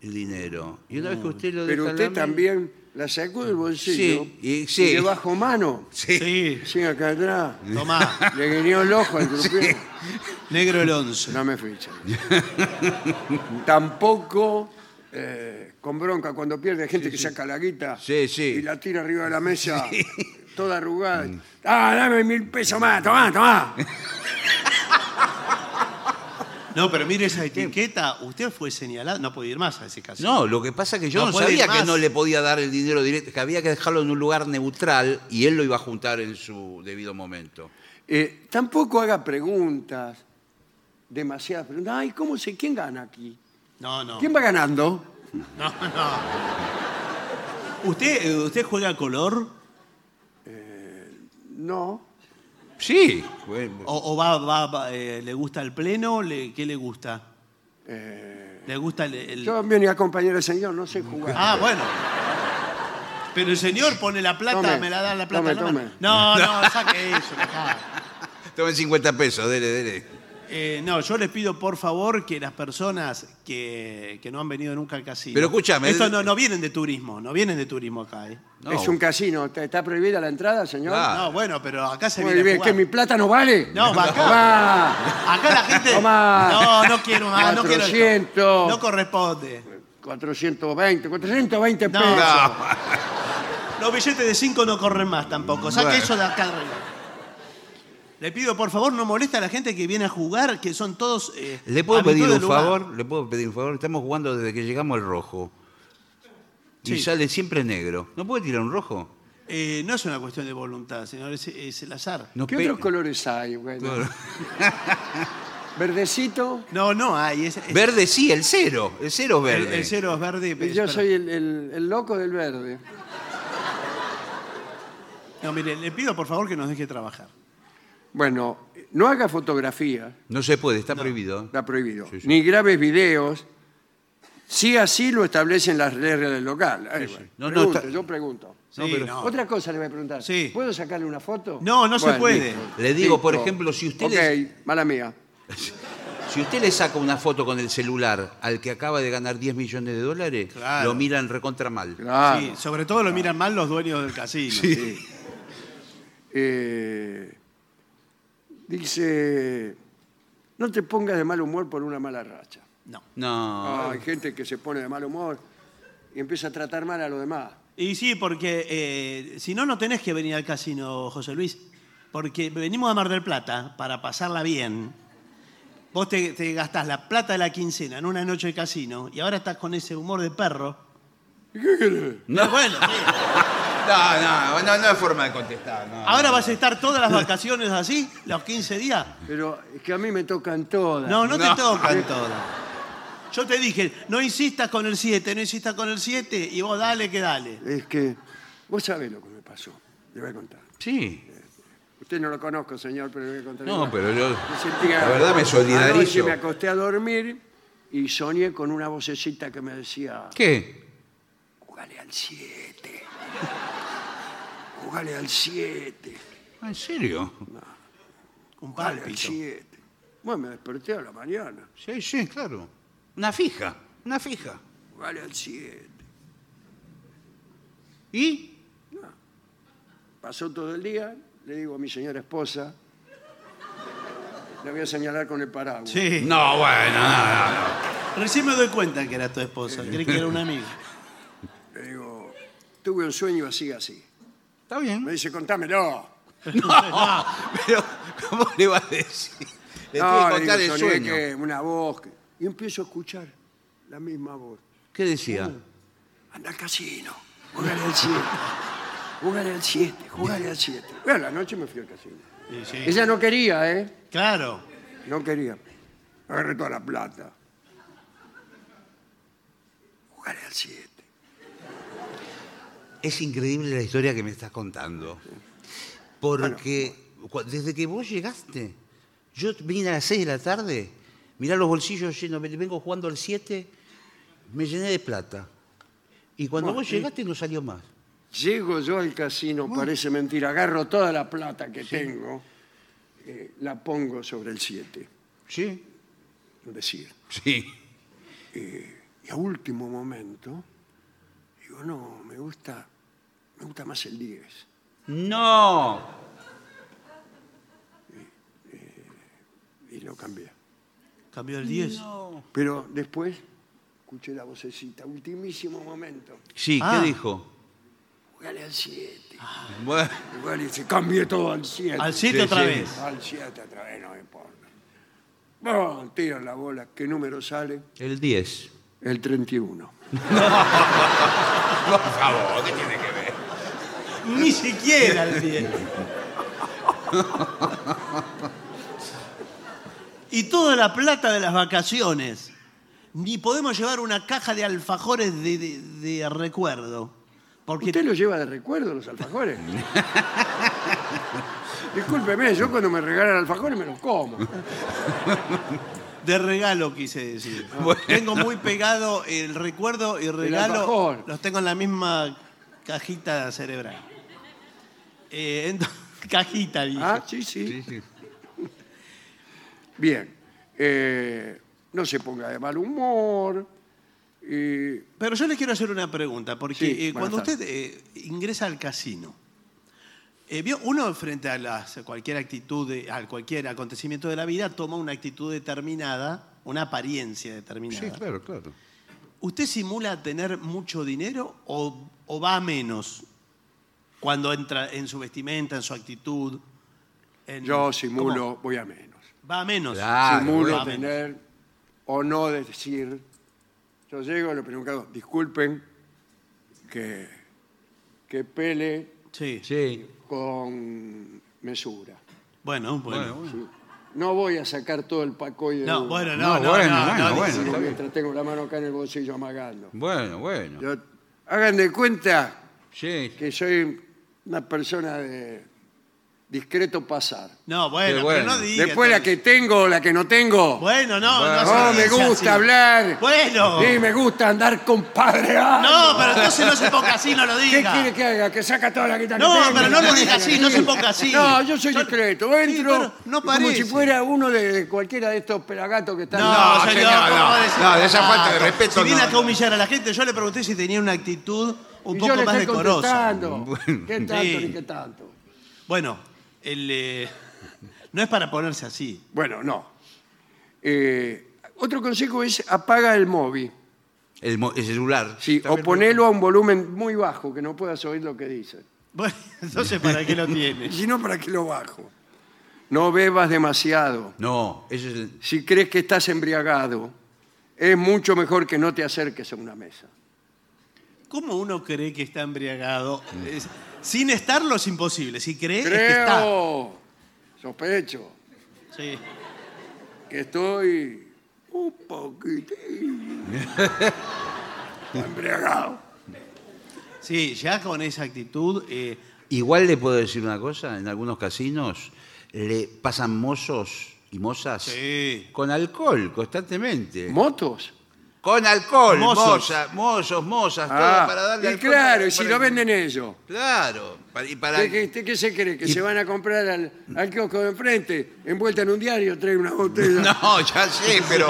Speaker 4: el dinero. Y una vez que usted lo deja
Speaker 2: Pero
Speaker 4: en
Speaker 2: usted
Speaker 4: la me-
Speaker 2: también la sacó del bolsillo
Speaker 4: Sí, y- sí.
Speaker 2: de bajo mano.
Speaker 4: Sí.
Speaker 3: Sí.
Speaker 2: Sí, acá atrás. *laughs*
Speaker 3: Tomá.
Speaker 2: Le guiñó el ojo al croupier.
Speaker 3: Negro el once.
Speaker 2: No me ficha. *laughs* Tampoco eh, con bronca cuando pierde hay gente que saca la guita
Speaker 4: Sí, sí.
Speaker 2: y la tira arriba de la
Speaker 3: *laughs*
Speaker 2: mesa toda arrugada.
Speaker 3: Mm.
Speaker 2: Ah, dame mil pesos más, tomá,
Speaker 3: *laughs*
Speaker 2: tomá.
Speaker 3: No, pero mire esa etiqueta. Usted fue señalado. No puede ir más a ese caso.
Speaker 4: No, lo que pasa es que yo
Speaker 3: No
Speaker 4: no,
Speaker 3: puede ir
Speaker 4: sabía que
Speaker 3: más.
Speaker 4: no le podía dar el dinero directo, que había que dejarlo en un lugar neutral y él lo iba a juntar en su debido momento.
Speaker 2: Eh, tampoco haga preguntas, demasiadas preguntas. Ay, ¿cómo sé quién gana aquí?
Speaker 3: No, no.
Speaker 2: ¿Quién va ganando?
Speaker 3: No, no. ¿Usted, eh, ¿Usted juega a color
Speaker 2: No.
Speaker 4: Sí. bueno,
Speaker 3: o, o va, va- va, eh, le gusta el pleno? Le- ¿Qué le gusta? ¿Le gusta el, el-
Speaker 2: Eh, Yo venía a acompañar al señor, no sé jugar.
Speaker 3: Ah, bueno. Pero el señor pone la plata,
Speaker 2: Tome,
Speaker 3: me la da la plata.
Speaker 2: tome,
Speaker 3: no, me-
Speaker 2: tome. *laughs*
Speaker 3: no, no, saque eso. dejá.
Speaker 4: Tomen 50 pesos, dele, dele.
Speaker 3: Eh, no, yo les pido por favor que las personas que, que no han venido nunca al casino.
Speaker 4: Pero escúchame,
Speaker 3: Esto
Speaker 4: el-
Speaker 3: no, no vienen de turismo, no vienen de turismo acá, ¿eh?
Speaker 4: No.
Speaker 2: Es un casino. ¿Está- ¿Está prohibida la entrada, señor?
Speaker 4: Ah,
Speaker 3: No, bueno, pero acá se
Speaker 2: Muy
Speaker 3: viene. a
Speaker 2: bien,
Speaker 3: jugar.
Speaker 2: ¿que mi plata no vale? *laughs*
Speaker 3: No, va acá.
Speaker 2: Va.
Speaker 3: Acá la gente.
Speaker 2: *laughs* Tomá.
Speaker 3: No, no quiero más, no quiero. esto.
Speaker 2: 400.
Speaker 3: No corresponde.
Speaker 2: 420, 420
Speaker 3: No.
Speaker 2: pesos.
Speaker 4: No.
Speaker 3: Los billetes de 5 no corren más tampoco. Saque
Speaker 4: Bueno.
Speaker 3: eso de acá arriba. Le pido, por favor, no moleste a la gente que viene a jugar, que son todos. eh,
Speaker 4: ¿Le puedo pedir
Speaker 3: habitudes
Speaker 4: un
Speaker 3: del lugar.
Speaker 4: favor? ¿Le puedo pedir un favor? Estamos jugando desde que llegamos al rojo. Y
Speaker 3: Sí.
Speaker 4: sale siempre negro. ¿No puede tirar un rojo?
Speaker 3: Eh, no es una cuestión de voluntad, señor, es, es el azar.
Speaker 4: Nos
Speaker 2: ¿Qué
Speaker 4: pe-
Speaker 2: otros colores hay? Bueno, verdecito.
Speaker 3: No, no hay. Es, es-
Speaker 4: *laughs* Verde sí, el cero. El cero es
Speaker 3: el,
Speaker 4: verde.
Speaker 3: el cero es verde. pero-
Speaker 2: Yo soy el, el- el loco del verde.
Speaker 3: No, mire, le pido, por favor, que nos deje trabajar.
Speaker 2: Bueno, no haga fotografías,
Speaker 4: No se puede, está prohibido.
Speaker 2: está prohibido.
Speaker 4: Sí, sí.
Speaker 2: Ni graves videos. Si así lo establecen las reglas del local. Ay, bueno,
Speaker 4: No, no,
Speaker 2: pregunto,
Speaker 4: está-
Speaker 2: yo pregunto.
Speaker 3: Sí,
Speaker 4: pero-
Speaker 3: no.
Speaker 2: Otra cosa le voy a preguntar.
Speaker 3: Sí.
Speaker 2: ¿Puedo sacarle una foto?
Speaker 3: No, no se puede.
Speaker 4: Le digo, por ejemplo, si usted
Speaker 2: ustedes... Ok, mala mía.
Speaker 4: Si usted le saca una foto con el celular al que acaba de ganar 10 millones de dólares,
Speaker 3: Claro.
Speaker 4: lo miran recontra mal.
Speaker 2: Claro.
Speaker 3: Sí, sobre todo lo miran mal los dueños del casino.
Speaker 2: Eh, dice, no te pongas de mal humor por una mala racha.
Speaker 3: No.
Speaker 4: No.
Speaker 2: Ah, hay gente que se pone de mal humor y empieza a tratar mal a los demás.
Speaker 3: Y sí, porque eh, si no, no tenés que venir al casino, José Luis. Porque venimos a Mar del Plata para pasarla bien. Vos te, te gastás la plata de la quincena en una noche de casino y ahora estás con ese humor de perro.
Speaker 4: No.
Speaker 3: Pero bueno, sí.
Speaker 4: No, no, no, no hay forma de contestar. no.
Speaker 3: ahora vas a estar todas las vacaciones así, los 15 días.
Speaker 2: Pero es que a mí me tocan todas.
Speaker 3: No, no,
Speaker 4: No.
Speaker 3: te tocan todas. Yo te dije, no insistas con el 7, no insistas con el 7 y vos dale que dale.
Speaker 2: Es que, vos sabés lo que me pasó. Le voy a contar.
Speaker 4: Sí.
Speaker 2: Usted no lo conozco, señor, pero le voy a contar.
Speaker 4: No,
Speaker 2: igual.
Speaker 4: pero yo.
Speaker 2: Me sentía-
Speaker 4: La verdad me
Speaker 2: Anoche
Speaker 4: solidarizo.
Speaker 2: me acosté a dormir y soñé con una vocecita que me decía...
Speaker 4: ¿Qué?
Speaker 2: Jugale al 7. *laughs* Jugale al 7.
Speaker 4: Ah, ¿En serio?
Speaker 3: Un
Speaker 2: Jugale al
Speaker 3: pálpito.
Speaker 2: 7. Bueno, me desperté a la mañana.
Speaker 4: Sí, sí, claro. Una fija, una fija.
Speaker 2: Jugale al 7.
Speaker 4: ¿Y?
Speaker 2: Pasó todo el día, le digo a mi señora esposa, la voy a señalar con el paraguas.
Speaker 3: Sí.
Speaker 4: No, bueno, no, no, no.
Speaker 3: Recién me doy cuenta que era tu esposa, creí que era un amigo.
Speaker 2: Le digo, tuve un sueño así, así.
Speaker 4: Está bien.
Speaker 2: Me dice, contámelo.
Speaker 4: *laughs* No, pero ¿cómo le va a decir? Le tuve
Speaker 2: le
Speaker 4: que contar
Speaker 2: digo,
Speaker 4: el
Speaker 2: soñé
Speaker 4: sueño.
Speaker 2: que una voz. que- Y empiezo a escuchar la misma voz.
Speaker 4: ¿Qué decía?
Speaker 2: Anda al casino, jugale al 7. Jugale al 7, jugale al 7. Bueno, la noche me fui al casino.
Speaker 3: Sí, sí.
Speaker 2: Ella no quería, ¿eh?
Speaker 3: Claro.
Speaker 2: No quería. Agarré toda la plata. Jugale al 7.
Speaker 4: Es increíble la historia que me estás contando. Porque cua- desde que vos llegaste, yo vine a las 6 de la tarde, mirá los bolsillos llenos, me- vengo jugando al 7, me llené de plata. Y cuando vos llegaste no salió más.
Speaker 2: Llego yo al casino, parece mentira, agarro toda la plata que tengo, eh, la pongo sobre el 7.
Speaker 4: ¿Sí?
Speaker 2: Es decir,
Speaker 4: Sí.
Speaker 2: y a último momento, digo, no, me gusta, me gusta más el 10.
Speaker 4: ¡No!
Speaker 2: Y lo cambié.
Speaker 3: Cambió el 10.
Speaker 4: No.
Speaker 2: Pero después escuché la vocecita, ultimísimo momento.
Speaker 4: Sí,
Speaker 3: Ah.
Speaker 4: ¿qué dijo?
Speaker 2: Jugale al 7.
Speaker 4: Bueno,
Speaker 2: Igual dice, cambié todo al 7.
Speaker 3: Al 7
Speaker 4: Sí,
Speaker 3: otra
Speaker 4: sí.
Speaker 3: vez.
Speaker 2: Al 7 otra vez, no me importa. Bueno, tiro la bola. ¿Qué número sale?
Speaker 4: el 10.
Speaker 2: El 31.
Speaker 4: Por favor, ¿qué tiene que ver?
Speaker 3: Ni siquiera el 10. y toda la plata de las vacaciones. Ni podemos llevar una caja de alfajores de, de- de recuerdo. Porque
Speaker 2: ¿Usted lo lleva de recuerdo los alfajores? Discúlpeme, yo cuando me regalan alfajores me los como.
Speaker 3: de regalo quise
Speaker 2: *laughs*
Speaker 3: decir.
Speaker 4: Bueno.
Speaker 3: Tengo muy pegado el recuerdo y regalo.
Speaker 2: alfajor.
Speaker 3: los tengo en la misma cajita cerebral. Eh, ento- *laughs* cajita, dije.
Speaker 2: Ah, sí, sí.
Speaker 4: Sí, sí.
Speaker 2: Bien, eh, no se ponga de mal humor. y
Speaker 3: Pero yo le quiero hacer una pregunta, porque
Speaker 2: Sí,
Speaker 3: eh,
Speaker 2: buenas
Speaker 3: cuando
Speaker 2: tardes.
Speaker 3: usted eh, ingresa al casino, eh, vio- uno frente a las- cualquier actitud, de- a cualquier acontecimiento de la vida, toma una actitud determinada, una apariencia determinada.
Speaker 4: Sí, claro, claro.
Speaker 3: ¿Usted simula tener mucho dinero o, o va a menos cuando entra en su vestimenta, en su actitud? en-
Speaker 2: yo simulo,
Speaker 3: ¿Cómo?
Speaker 2: voy a menos.
Speaker 3: Va a menos.
Speaker 4: Claro,
Speaker 2: simulo
Speaker 3: bueno.
Speaker 2: tener o no decir. Yo llego y le pregunto, disculpen que, que pele
Speaker 3: Sí.
Speaker 4: Sí.
Speaker 2: con mesura.
Speaker 3: Bueno, bueno.
Speaker 2: No voy a sacar todo el pacote. de
Speaker 3: No,
Speaker 2: uno.
Speaker 3: bueno, no, no,
Speaker 4: No, bueno,
Speaker 3: no,
Speaker 4: bueno,
Speaker 3: no,
Speaker 4: bueno.
Speaker 2: Digo,
Speaker 4: está bien.
Speaker 2: mientras tengo la mano acá en el bolsillo amagando.
Speaker 4: Bueno, bueno.
Speaker 2: Yo- hagan de cuenta
Speaker 4: Sí.
Speaker 2: que soy una persona de discreto pasar.
Speaker 3: No, bueno,
Speaker 4: Qué
Speaker 3: pero
Speaker 4: bueno.
Speaker 3: no diga.
Speaker 2: Después la que tengo o la que no tengo.
Speaker 3: Bueno, no, no.
Speaker 4: Bueno.
Speaker 2: no,
Speaker 3: se
Speaker 2: me
Speaker 3: dice
Speaker 2: gusta
Speaker 3: así.
Speaker 2: hablar.
Speaker 3: Bueno.
Speaker 2: Sí, me gusta andar con padre. Ah,
Speaker 3: No, pero entonces no se ponga así, no lo
Speaker 2: ¿Qué
Speaker 3: diga.
Speaker 2: quiere que haga? Que saca toda la guitarra.
Speaker 3: No,
Speaker 2: que tenga,
Speaker 3: pero no lo
Speaker 2: pone
Speaker 3: diga
Speaker 2: la
Speaker 3: así, no se
Speaker 2: guitarra.
Speaker 3: ponga así.
Speaker 2: No, yo soy
Speaker 3: Yo-
Speaker 2: discreto.
Speaker 3: Sí,
Speaker 2: Entro
Speaker 3: pero no
Speaker 2: y como si
Speaker 3: parece.
Speaker 2: fuera uno de, de cualquiera de estos pelagatos que están...
Speaker 3: No,
Speaker 4: No,
Speaker 3: señor,
Speaker 4: señor,
Speaker 3: ¿cómo
Speaker 4: no.
Speaker 3: va a decir
Speaker 4: No, de esa
Speaker 3: nada?
Speaker 4: falta de respeto,
Speaker 3: Si viene
Speaker 4: no,
Speaker 3: acá a
Speaker 4: no.
Speaker 3: humillar a la gente, yo le pregunté si tenía una actitud un
Speaker 2: Y yo
Speaker 3: poco
Speaker 2: le
Speaker 3: más
Speaker 2: estoy
Speaker 3: decorosa.
Speaker 2: contestando.
Speaker 4: Bueno.
Speaker 2: ¿Qué tanto
Speaker 3: Sí.
Speaker 2: ni qué tanto?
Speaker 3: Bueno, el, eh, *laughs* no es para ponerse así.
Speaker 2: Bueno, no. Eh, otro consejo es apaga el móvil.
Speaker 4: El, mo- el celular.
Speaker 2: Sí, oh. o ponelo a un volumen muy bajo, que no puedas oír lo que dice.
Speaker 3: Bueno, *laughs* entonces, ¿para qué lo tiene?
Speaker 2: Y si no, ¿para qué lo bajo? No bebas demasiado.
Speaker 4: No, eso es el-
Speaker 2: Si crees que estás embriagado, es mucho mejor que no te acerques a una mesa.
Speaker 3: ¿Cómo uno cree que está embriagado? Es- sin estarlo es imposible. Si cree, es que está.
Speaker 2: Creo, sospecho,
Speaker 3: Sí.
Speaker 2: que estoy un poquitín embriagado.
Speaker 3: Sí, ya con esa actitud. eh,
Speaker 4: Igual le puedo decir una cosa, en algunos casinos le pasan mozos y mozas
Speaker 3: Sí.
Speaker 4: con alcohol constantemente.
Speaker 2: ¿Motos?
Speaker 4: con alcohol,
Speaker 3: Mozos.
Speaker 4: mozas, mozos, mozas, todo
Speaker 2: Ah,
Speaker 4: para darle
Speaker 2: y
Speaker 4: alcohol
Speaker 2: claro,
Speaker 4: para-
Speaker 2: y si
Speaker 4: para-
Speaker 2: lo venden ellos.
Speaker 4: Claro, para- y para
Speaker 2: ¿Qué, qué- qué- qué se cree? ¿Que
Speaker 4: Y-
Speaker 2: se van a comprar al, al kiosco de enfrente, envuelta en un diario, trae una botella?
Speaker 4: *laughs* No, ya sé, pero,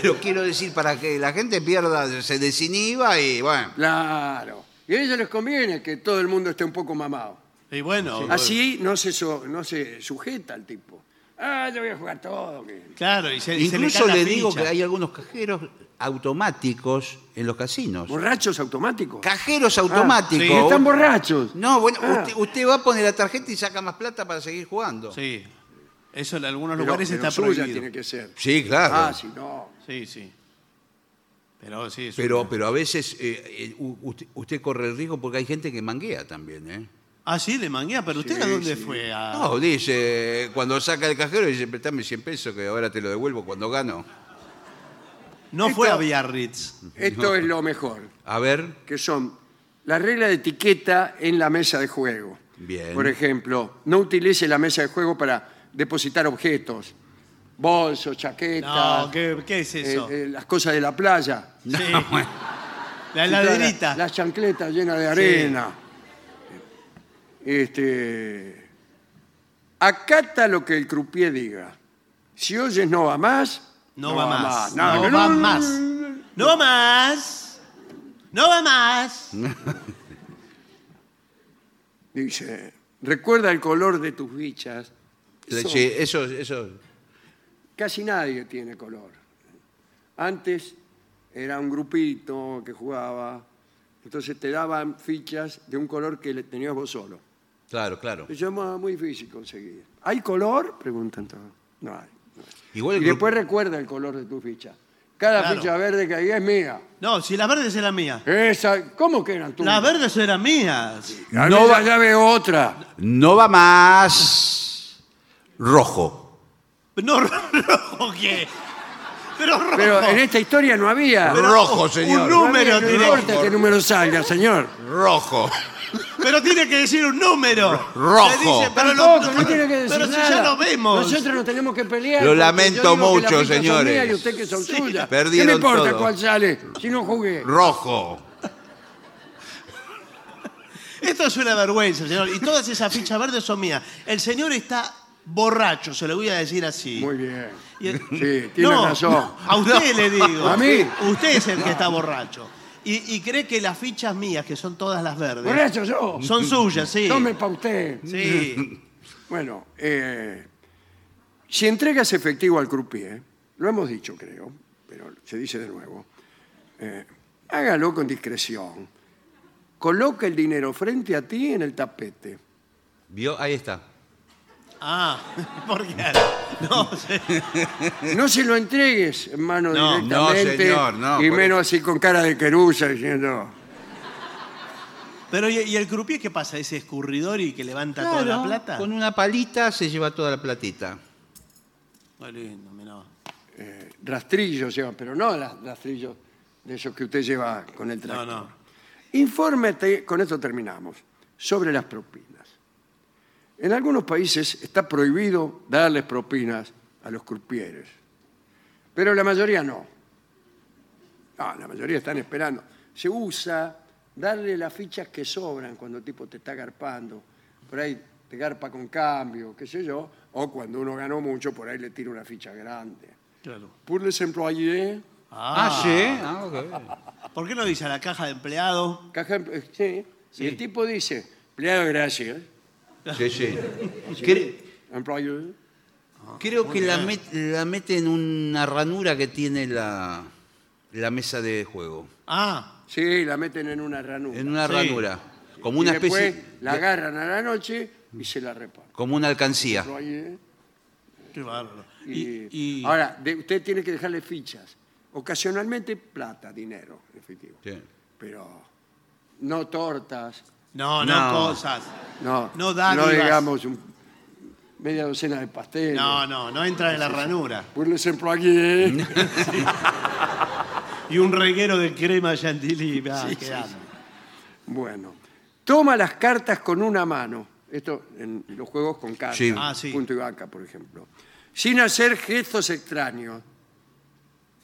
Speaker 4: pero quiero decir, para que la gente pierda, se desinhiba y bueno.
Speaker 2: Claro. Y a ellos les conviene que todo el mundo esté un poco mamado.
Speaker 3: y bueno.
Speaker 2: Así Ah, no se, so- no se sujeta al tipo. Ah, yo voy a jugar todo. que-
Speaker 3: Claro, y se, y se
Speaker 4: Incluso
Speaker 3: cae la
Speaker 4: le digo
Speaker 3: ficha.
Speaker 4: que hay algunos cajeros automáticos en los casinos.
Speaker 2: ¿Borrachos automáticos?
Speaker 4: Cajeros
Speaker 2: Ah,
Speaker 4: automáticos.
Speaker 2: sí, están borrachos.
Speaker 4: No, bueno,
Speaker 2: Ah.
Speaker 4: usted, usted va a poner la tarjeta y saca más plata para seguir jugando.
Speaker 3: Sí. Eso en algunos
Speaker 2: Pero-
Speaker 3: lugares
Speaker 2: pero
Speaker 3: está
Speaker 2: suya
Speaker 3: prohibido.
Speaker 2: tiene que ser.
Speaker 4: Sí, claro.
Speaker 2: Ah, si no.
Speaker 3: Sí, sí. Pero sí. es
Speaker 4: pero,
Speaker 3: una-
Speaker 4: pero a veces eh, eh, u- usted, usted corre el riesgo porque hay gente que manguea también, ¿eh?
Speaker 3: Ah, sí, de manguea. Pero usted
Speaker 2: Sí,
Speaker 3: a dónde
Speaker 2: sí.
Speaker 3: fue? A...
Speaker 4: No, dice, cuando saca el cajero dice, prestame 100 pesos que ahora te lo devuelvo cuando gano.
Speaker 3: No fue
Speaker 2: Esto-
Speaker 3: a Biarritz.
Speaker 2: Esto es lo mejor,
Speaker 4: A ver,
Speaker 2: que son las reglas de etiqueta en la mesa de juego.
Speaker 4: Bien.
Speaker 2: Por ejemplo, no utilice la mesa de juego para depositar objetos, bolsos, chaquetas,
Speaker 3: No, ¿qué, qué es
Speaker 2: eh,
Speaker 3: eso?
Speaker 2: eh, las cosas de la playa. *laughs*
Speaker 3: Sí.
Speaker 4: bueno.
Speaker 3: La
Speaker 2: Y todas
Speaker 3: laderita.
Speaker 2: Las, las chancletas llenas de arena. Este, acata lo que el croupier diga. Si oyes no va más,
Speaker 3: No, va más.
Speaker 2: No,
Speaker 3: No,
Speaker 2: no,
Speaker 3: va
Speaker 2: no, no,
Speaker 3: más. No va más. No va más.
Speaker 2: Dice, recuerda el color de tus bichas. Eso,
Speaker 4: Sí, eso, eso.
Speaker 2: Casi nadie tiene color. Antes era un grupito que jugaba, entonces te daban fichas de un color que le tenías vos solo.
Speaker 4: Claro, claro.
Speaker 2: Eso es más- muy difícil conseguir. ¿Hay color? Preguntan todos. No hay. no hay.
Speaker 4: Igual el
Speaker 2: Y
Speaker 4: grupo-
Speaker 2: después recuerda el color de tu ficha. Cada
Speaker 3: Claro.
Speaker 2: ficha verde que hay es mía.
Speaker 3: No, si las verdes eran mías.
Speaker 2: Esa, ¿Cómo que eran tuyas?
Speaker 3: Las verdes eran mías.
Speaker 2: A
Speaker 4: No
Speaker 2: mí
Speaker 4: va-
Speaker 2: ya veo otra.
Speaker 4: No va más rojo.
Speaker 3: No, *laughs* rojo, ¿qué? Pero rojo.
Speaker 2: Pero en esta historia no había.
Speaker 3: Pero
Speaker 4: rojo,
Speaker 3: Un
Speaker 4: señor.
Speaker 2: No
Speaker 3: número
Speaker 2: había, no
Speaker 3: tiene que-
Speaker 2: importa qué número salga, señor.
Speaker 4: Rojo.
Speaker 3: Pero tiene que decir un número.
Speaker 4: Rojo.
Speaker 3: Le dice, pero lo-
Speaker 2: Tampoco, no tiene que decir
Speaker 3: pero si ya
Speaker 2: nada.
Speaker 3: lo vemos.
Speaker 2: Nosotros no tenemos que pelear.
Speaker 4: Lo
Speaker 2: porque
Speaker 4: lamento
Speaker 2: yo digo que
Speaker 4: mucho,
Speaker 2: las fichas son
Speaker 4: señores.
Speaker 2: mías y usted que son suyas.
Speaker 4: Perdieron
Speaker 2: ¿Qué me importa
Speaker 4: todo.
Speaker 2: cuál sale? Si no jugué.
Speaker 4: Rojo.
Speaker 3: Esto es una vergüenza, señor. Y todas esas fichas verdes son mías. El señor está borracho, se lo voy a decir así.
Speaker 2: Muy bien.
Speaker 3: Y-
Speaker 2: Sí, tiene
Speaker 3: No,
Speaker 2: razón.
Speaker 3: A usted le digo.
Speaker 2: ¿A mí?
Speaker 3: Usted es el que está borracho. Y, y cree que las fichas mías, que son todas las verdes,
Speaker 2: Borracho yo.
Speaker 3: son suyas, sí.
Speaker 2: Tome pa' usted.
Speaker 3: Sí.
Speaker 2: Bueno, eh, si entregas efectivo al croupier, lo hemos dicho, creo, pero se dice de nuevo, eh, hágalo con discreción. Coloca el dinero frente a ti en el tapete.
Speaker 4: ¿Vio? Ahí está.
Speaker 3: Ah, *laughs* porque no, sí.
Speaker 2: No se lo entregues en mano
Speaker 3: No,
Speaker 2: directamente.
Speaker 4: no, señor, no,
Speaker 2: y
Speaker 4: por
Speaker 2: menos así con cara de querusa diciendo.
Speaker 3: Pero ¿y, y el croupier qué pasa? ¿Ese escurridor y que levanta toda la
Speaker 4: Claro,
Speaker 3: plata?
Speaker 4: Con una palita se lleva toda la platita.
Speaker 3: Qué lindo, mirá.
Speaker 2: eh, rastrillos llevan, pero no las- rastrillos de esos que usted lleva con el
Speaker 3: No,
Speaker 2: tractor.
Speaker 3: no.
Speaker 2: Infórmate, con esto terminamos, sobre las propinas. En algunos países está prohibido darles propinas a los crupieres, pero la mayoría no. No, la mayoría están esperando. Se usa darle las fichas que sobran cuando el tipo te está garpando. Por ahí te garpa con cambio, qué sé yo, o cuando uno ganó mucho, por ahí le tira una ficha grande.
Speaker 3: Claro.
Speaker 2: Pour les employés,
Speaker 3: Ah,
Speaker 4: Ah, ok.
Speaker 3: ¿Por qué no dice a la caja de empleados?
Speaker 2: caja, eh, sí.
Speaker 3: Sí.
Speaker 2: Y el tipo dice, empleado, gracias.
Speaker 4: Sí, sí. Cre-
Speaker 2: Employee.
Speaker 4: creo que
Speaker 3: muy
Speaker 4: la,
Speaker 3: bien.
Speaker 4: met- la mete en una ranura que tiene la, la mesa de juego.
Speaker 3: Ah,
Speaker 2: Sí, la meten en una ranura.
Speaker 4: En una
Speaker 3: Sí.
Speaker 4: ranura. Como una
Speaker 2: y después
Speaker 4: especie.
Speaker 2: la agarran a la noche y se la reparan.
Speaker 4: Como una alcancía.
Speaker 2: Employee.
Speaker 3: qué bárbaro.
Speaker 2: Y,
Speaker 3: Y, y-
Speaker 2: Ahora, de- usted tiene que dejarle fichas. Ocasionalmente plata, dinero, efectivo.
Speaker 4: Sí.
Speaker 2: Pero no tortas,
Speaker 3: No, no,
Speaker 4: No.
Speaker 3: cosas.
Speaker 2: no,
Speaker 3: No dádivas.
Speaker 2: digamos un- media docena de pasteles. Pues
Speaker 3: No, no, no entra en la ranura.
Speaker 2: Pour les employés.
Speaker 3: Y un reguero de crema chantilly. va quedando.
Speaker 2: Bueno, toma las cartas con una mano. Esto en los juegos con cartas,
Speaker 4: Sí.
Speaker 3: Ah, sí.
Speaker 2: punto y vaca, por ejemplo. Sin hacer gestos extraños.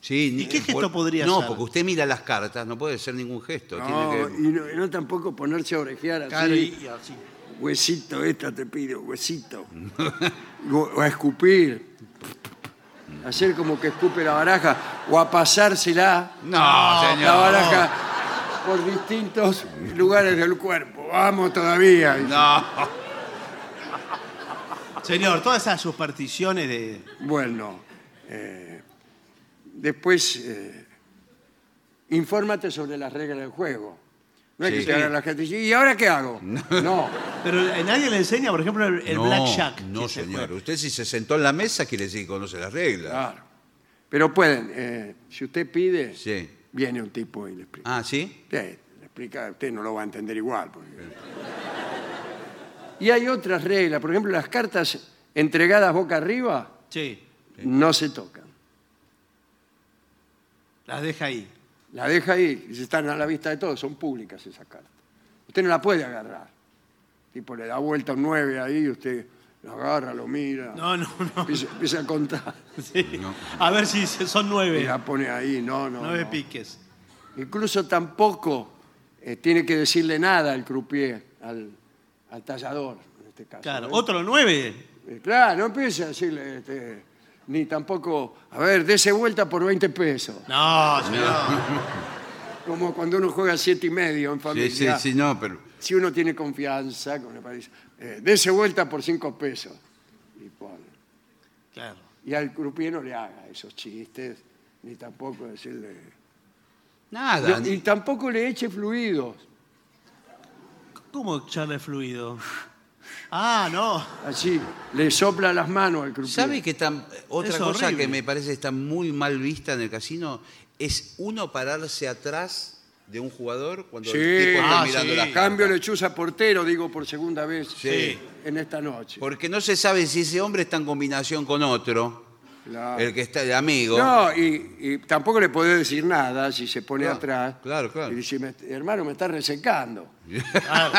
Speaker 4: Sí, ni-
Speaker 3: qué gesto
Speaker 4: por-
Speaker 3: podría
Speaker 4: No,
Speaker 3: ser?
Speaker 4: porque usted mira las cartas, no puede ser ningún gesto.
Speaker 2: No,
Speaker 4: tiene que-
Speaker 2: y no, y no tampoco ponerse a orejear así.
Speaker 3: Claro, y así.
Speaker 2: Huesito, esta te pido, huesito. *laughs* o, o a escupir. Hacer como que escupe la baraja. O a pasársela
Speaker 4: No,
Speaker 2: la
Speaker 4: señor.
Speaker 2: baraja por distintos lugares del cuerpo. Vamos todavía.
Speaker 4: No.
Speaker 3: Señor, todas esas supersticiones de.
Speaker 2: Bueno, eh, después eh, infórmate sobre las reglas del juego. No es
Speaker 4: Sí.
Speaker 2: que te haga la gente y dice, ¿y ahora qué hago? *laughs* No,
Speaker 3: Pero eh, nadie le enseña, por ejemplo, el, el
Speaker 4: No,
Speaker 3: blackjack.
Speaker 4: No,
Speaker 3: que se
Speaker 4: señor.
Speaker 3: juega.
Speaker 4: Usted si se sentó en la mesa quiere decir que conoce las reglas.
Speaker 2: claro. Pero pueden, eh, si usted pide,
Speaker 4: Sí.
Speaker 2: viene un tipo y le explica.
Speaker 4: Ah, ¿sí?
Speaker 2: Sí, le explica, usted no lo va a entender igual. porque- *laughs* Y hay otras reglas, por ejemplo, las cartas entregadas boca arriba
Speaker 3: Sí,
Speaker 2: no se tocan.
Speaker 3: las deja ahí.
Speaker 2: La deja ahí, y están a la vista de todos, son públicas esas cartas. Usted no la puede agarrar. Tipo, le da vuelta un 9 ahí, usted lo agarra, lo mira,
Speaker 3: No, no, no. *laughs*
Speaker 2: empieza, empieza a contar
Speaker 3: sí. A ver si se- son
Speaker 2: y
Speaker 3: nueve.
Speaker 2: la pone ahí, no, no.
Speaker 3: Nueve
Speaker 2: no.
Speaker 3: piques.
Speaker 2: Incluso tampoco eh, tiene que decirle nada al croupier, al, al tallador, en este caso.
Speaker 3: Claro,
Speaker 2: ¿eh?
Speaker 3: otro nueve.
Speaker 2: Eh, claro, no empieza a decirle, este, ni tampoco, a ver, dése vuelta por 20 pesos.
Speaker 3: No, señor.
Speaker 2: Como cuando uno juega siete y medio en familia.
Speaker 4: Sí, sí, sí, no, pero.
Speaker 2: si uno tiene confianza, como le parece, eh, dese vuelta por cinco pesos. Y, pone.
Speaker 3: Claro.
Speaker 2: Y al croupier no le haga esos chistes, ni tampoco decirle...
Speaker 4: Nada.
Speaker 2: y tampoco le eche fluidos,
Speaker 3: ¿Cómo echarle fluido? Ah, no.
Speaker 2: así, le sopla las manos al croupier.
Speaker 4: ¿Sabe que tam- otra
Speaker 3: Es
Speaker 4: cosa
Speaker 3: horrible.
Speaker 4: que me parece está muy mal vista en el casino es uno pararse atrás de un jugador cuando el
Speaker 2: Sí,
Speaker 4: tipo está
Speaker 3: Ah,
Speaker 4: mirando
Speaker 3: sí.
Speaker 4: las cartas?
Speaker 2: cambio lechuza portero, digo por segunda vez
Speaker 4: Sí.
Speaker 2: en esta noche.
Speaker 4: Porque no se sabe si ese hombre está en combinación con otro,
Speaker 2: Claro.
Speaker 4: el que está de amigo.
Speaker 2: Ah. No, y, y tampoco le podés decir nada si se pone
Speaker 4: Claro,
Speaker 2: atrás.
Speaker 4: claro, claro.
Speaker 2: Y dice, "Me- hermano, me está resecando.
Speaker 3: Claro.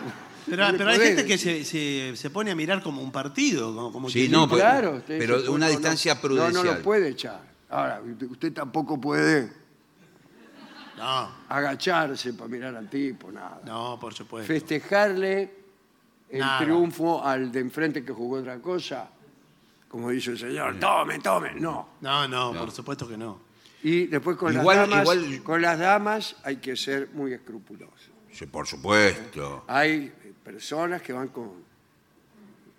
Speaker 3: *laughs* Pero,
Speaker 2: No le
Speaker 3: pero hay
Speaker 2: podés
Speaker 3: gente que se, se- se pone a mirar como un partido. Como, como
Speaker 4: Sí,
Speaker 3: que-
Speaker 4: no, pues-
Speaker 2: Claro, usted
Speaker 4: pero
Speaker 2: dice,
Speaker 4: de una
Speaker 2: "No, no,
Speaker 4: distancia
Speaker 2: No, no lo
Speaker 4: prudencial".
Speaker 2: puede echar. Ahora, usted- usted tampoco puede
Speaker 3: No,
Speaker 2: agacharse para mirar al tipo, nada.
Speaker 3: no, por supuesto.
Speaker 2: Festejarle el
Speaker 3: Nada.
Speaker 2: triunfo al de enfrente que jugó otra cosa, como dice el señor, tome, tome, no.
Speaker 3: No, no, por supuesto que no.
Speaker 2: Y después con,
Speaker 4: Igual-
Speaker 2: las, damas,
Speaker 4: igual-
Speaker 2: con las damas hay que ser muy escrupuloso.
Speaker 4: Sí, por supuesto.
Speaker 2: Hay eh, personas que van con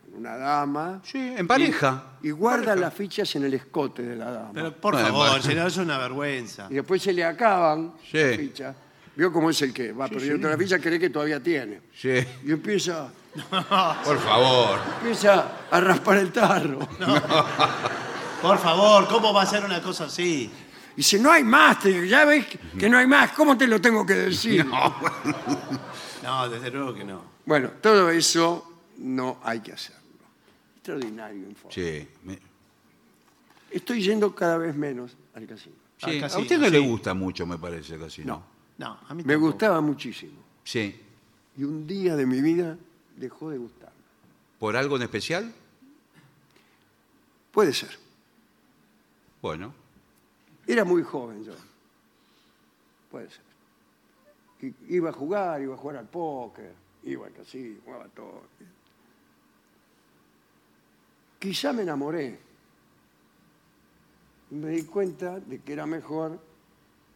Speaker 2: con una dama
Speaker 4: Sí, en pareja.
Speaker 2: y guardan las fichas en el escote de la dama.
Speaker 3: Pero por
Speaker 4: Bueno,
Speaker 3: favor,
Speaker 4: bueno.
Speaker 3: señor, es una vergüenza.
Speaker 2: y después se le acaban
Speaker 4: Sí.
Speaker 2: las fichas. Vio cómo es el que va perdiendo la ficha, cree que todavía tiene.
Speaker 4: Sí.
Speaker 2: Y empieza,
Speaker 4: Por favor.
Speaker 2: empieza a raspar el tarro.
Speaker 3: Por favor, ¿cómo va a ser una cosa así?
Speaker 2: Y dice, no hay más, te- ya ves que no hay más, ¿cómo te lo tengo que decir?
Speaker 3: No, desde luego que no.
Speaker 2: Bueno, todo eso no hay que hacerlo. Extraordinario informe.
Speaker 4: Sí. me-
Speaker 2: Estoy yendo cada vez menos al casino.
Speaker 3: Al
Speaker 4: sí, a
Speaker 3: casino,
Speaker 4: usted no le
Speaker 3: sí.
Speaker 4: gusta mucho, me parece, casi. No.
Speaker 3: No, a mí
Speaker 2: Me
Speaker 3: tampoco.
Speaker 2: gustaba muchísimo.
Speaker 4: Sí.
Speaker 2: Y un día de mi vida dejó de gustarme.
Speaker 4: ¿Por algo en especial?
Speaker 2: Puede ser.
Speaker 4: Bueno.
Speaker 2: Era muy joven yo. Puede ser. I- Iba a jugar, iba a jugar al póker, iba al casino, jugaba todo. Quizá me enamoré. Me di cuenta de que era mejor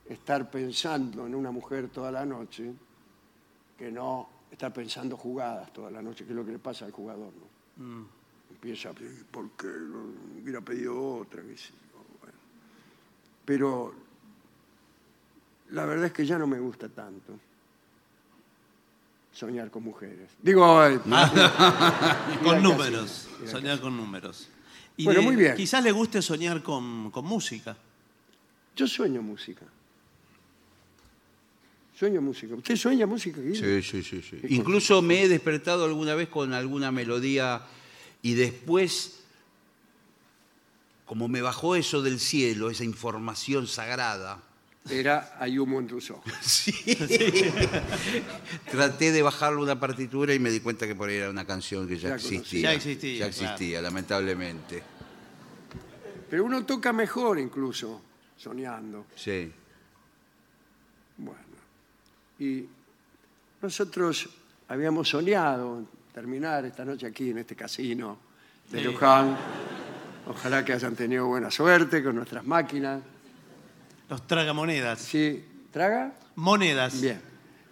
Speaker 2: estar pensando en una mujer toda la noche que no estar pensando jugadas toda la noche, que es lo que le pasa al jugador. ¿no? Empieza, "Eh, ¿por qué? No, Hubiera pedido otra. qué sé yo, bueno. Pero la verdad es que ya no me gusta tanto soñar con mujeres. Digo, eh,
Speaker 3: Con
Speaker 2: casi,
Speaker 3: números,
Speaker 2: mira
Speaker 3: soñar con números. Y
Speaker 2: Bueno,
Speaker 3: de-
Speaker 2: muy bien.
Speaker 3: Quizás le guste soñar con, con música.
Speaker 2: yo sueño música. Sueño música. ¿Usted sueña música? Guido?
Speaker 4: Sí, sí, sí, sí. Incluso me he despertado alguna vez con alguna melodía y después, como me bajó eso del cielo, esa información sagrada,
Speaker 2: Era Hay humo en tus ojos.
Speaker 4: traté de bajarle una partitura y me di cuenta que por ahí era una canción que
Speaker 2: Ya
Speaker 4: ya,
Speaker 2: conocía.
Speaker 4: existía.
Speaker 3: Ya existía,
Speaker 4: Ya existía, lamentablemente.
Speaker 2: Pero uno toca mejor incluso soñando.
Speaker 4: Sí.
Speaker 2: Bueno, y nosotros habíamos soñado terminar esta noche aquí en este casino de
Speaker 3: Sí.
Speaker 2: Luján. Ojalá que hayan tenido buena suerte con nuestras máquinas.
Speaker 3: Los tragamonedas.
Speaker 2: ¿Sí? ¿Traga?
Speaker 3: Monedas.
Speaker 2: Bien.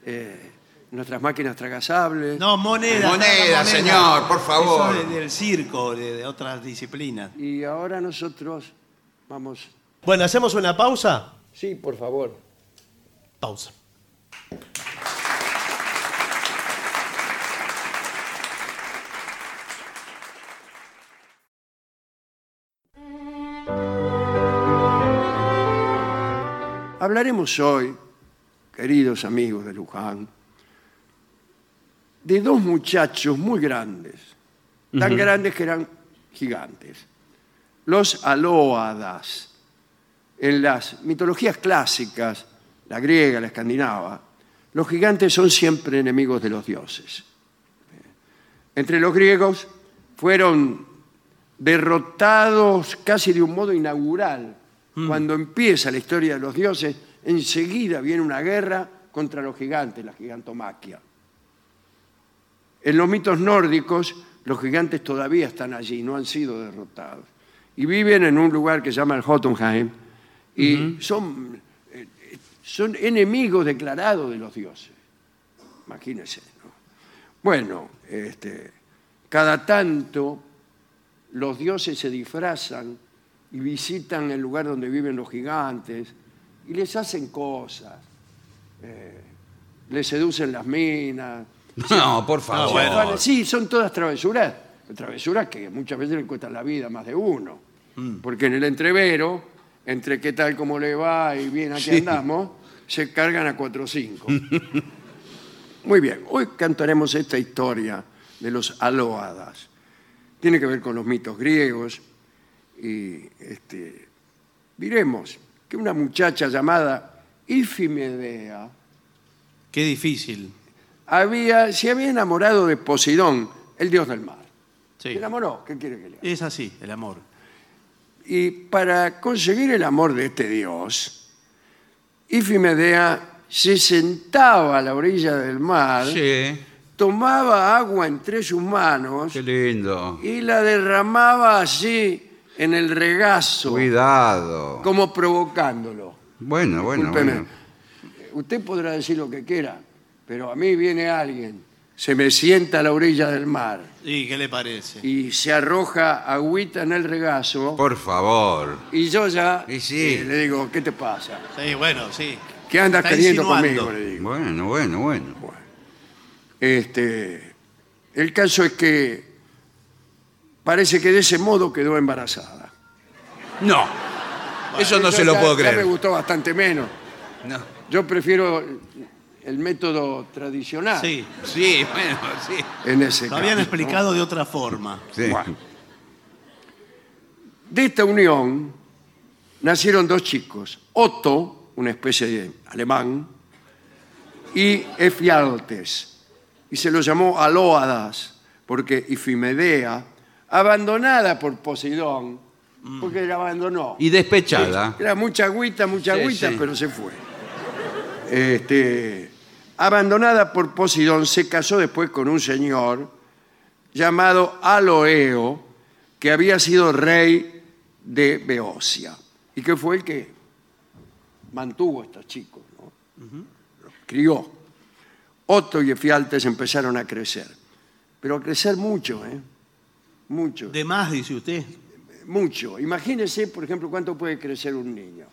Speaker 2: Eh, nuestras máquinas tragasables.
Speaker 3: No, monedas.
Speaker 4: Monedas,
Speaker 3: tragamonedas.
Speaker 4: señor, por favor.
Speaker 3: Eso de- del circo, de, de otras disciplinas.
Speaker 2: Y ahora nosotros vamos.
Speaker 5: Bueno, hacemos una pausa.
Speaker 2: Sí, por favor.
Speaker 5: Pausa.
Speaker 2: Hablaremos hoy, queridos amigos de Luján, de dos muchachos muy grandes, tan grandes que eran gigantes, los alóadas. En las mitologías clásicas, la griega, la escandinava, los gigantes son siempre enemigos de los dioses. Entre los griegos fueron derrotados casi de un modo inaugural. Cuando empieza la historia de los dioses, enseguida viene una guerra contra los gigantes, la gigantomaquia. En los mitos nórdicos, los gigantes todavía están allí, no han sido derrotados. Y viven en un lugar que se llama el Jotunheim y son, eh, eh, son enemigos declarados de los dioses. Imagínense. ¿no? Bueno, este, cada tanto los dioses se disfrazan y visitan el lugar donde viven los gigantes y les hacen cosas. Eh, les seducen las minas,
Speaker 4: No, por
Speaker 2: Sí,
Speaker 4: favor.
Speaker 2: vale, sí, son todas travesuras. Travesuras que muchas veces le cuestan la vida a más de uno. Porque en el entrevero, entre qué tal, cómo le va y bien, aquí andamos, se cargan a cuatro o cinco. Muy bien, hoy cantaremos esta historia de los aloadas. Tiene que ver con los mitos griegos y este, diremos que una muchacha llamada Ifimedea,
Speaker 3: Qué difícil.
Speaker 2: había, se había enamorado de Poseidón, el dios del mar.
Speaker 3: Sí.
Speaker 2: Se enamoró, ¿qué quiere que le haga?
Speaker 3: Es así, el amor.
Speaker 2: Y para conseguir el amor de este dios, Ifimedea se sentaba a la orilla del mar
Speaker 4: Sí.
Speaker 2: tomaba agua entre sus manos
Speaker 4: Qué lindo.
Speaker 2: y la derramaba así en el regazo,
Speaker 4: Cuidado.
Speaker 2: como provocándolo.
Speaker 4: Bueno, bueno,
Speaker 2: Discúlpeme.
Speaker 4: bueno.
Speaker 2: Usted podrá decir lo que quiera, pero a mí viene alguien, se me sienta a la orilla del mar
Speaker 3: ¿Y qué le parece?
Speaker 2: y se arroja agüita en el regazo
Speaker 4: Por favor.
Speaker 2: y yo ya
Speaker 4: Y sí.
Speaker 2: eh, le digo, ¿qué te pasa?
Speaker 3: Sí, bueno, sí.
Speaker 2: ¿Qué andas
Speaker 3: Está
Speaker 2: queriendo
Speaker 3: insinuando.
Speaker 2: conmigo? Le digo.
Speaker 4: Bueno, bueno, bueno.
Speaker 2: Este, el caso es que parece que de ese modo quedó embarazada.
Speaker 4: No. Eso no
Speaker 2: Yo
Speaker 4: se lo
Speaker 2: ya-
Speaker 4: puedo
Speaker 2: ya me
Speaker 4: creer.
Speaker 2: gustó bastante menos.
Speaker 4: No.
Speaker 2: Yo prefiero el método tradicional
Speaker 3: Sí.
Speaker 4: Sí, bueno, sí.
Speaker 2: en ese
Speaker 3: Lo
Speaker 2: caso,
Speaker 3: habían
Speaker 2: ¿no?
Speaker 3: explicado de otra forma.
Speaker 4: Sí.
Speaker 2: Bueno. De esta unión nacieron dos chicos, Otto, una especie de alemán, y Efialtes. Y se lo llamó Alóadas, porque Ifimedea, abandonada por Poseidón, porque la abandonó.
Speaker 4: Y despechada.
Speaker 2: Era mucha agüita, mucha
Speaker 4: ¿Ah? Sí,
Speaker 2: agüita,
Speaker 4: sí.
Speaker 2: pero se fue. Este, abandonada por Posidón, se casó después con un señor llamado Aloeo, que había sido rey de Beocia, y que fue el que mantuvo a estos chicos, ¿no? los crió. Otto y Efialtes empezaron a crecer, pero a crecer mucho, ¿eh? mucho
Speaker 3: De más, dice usted.
Speaker 2: mucho. Imagínese, por ejemplo, cuánto puede crecer un niño.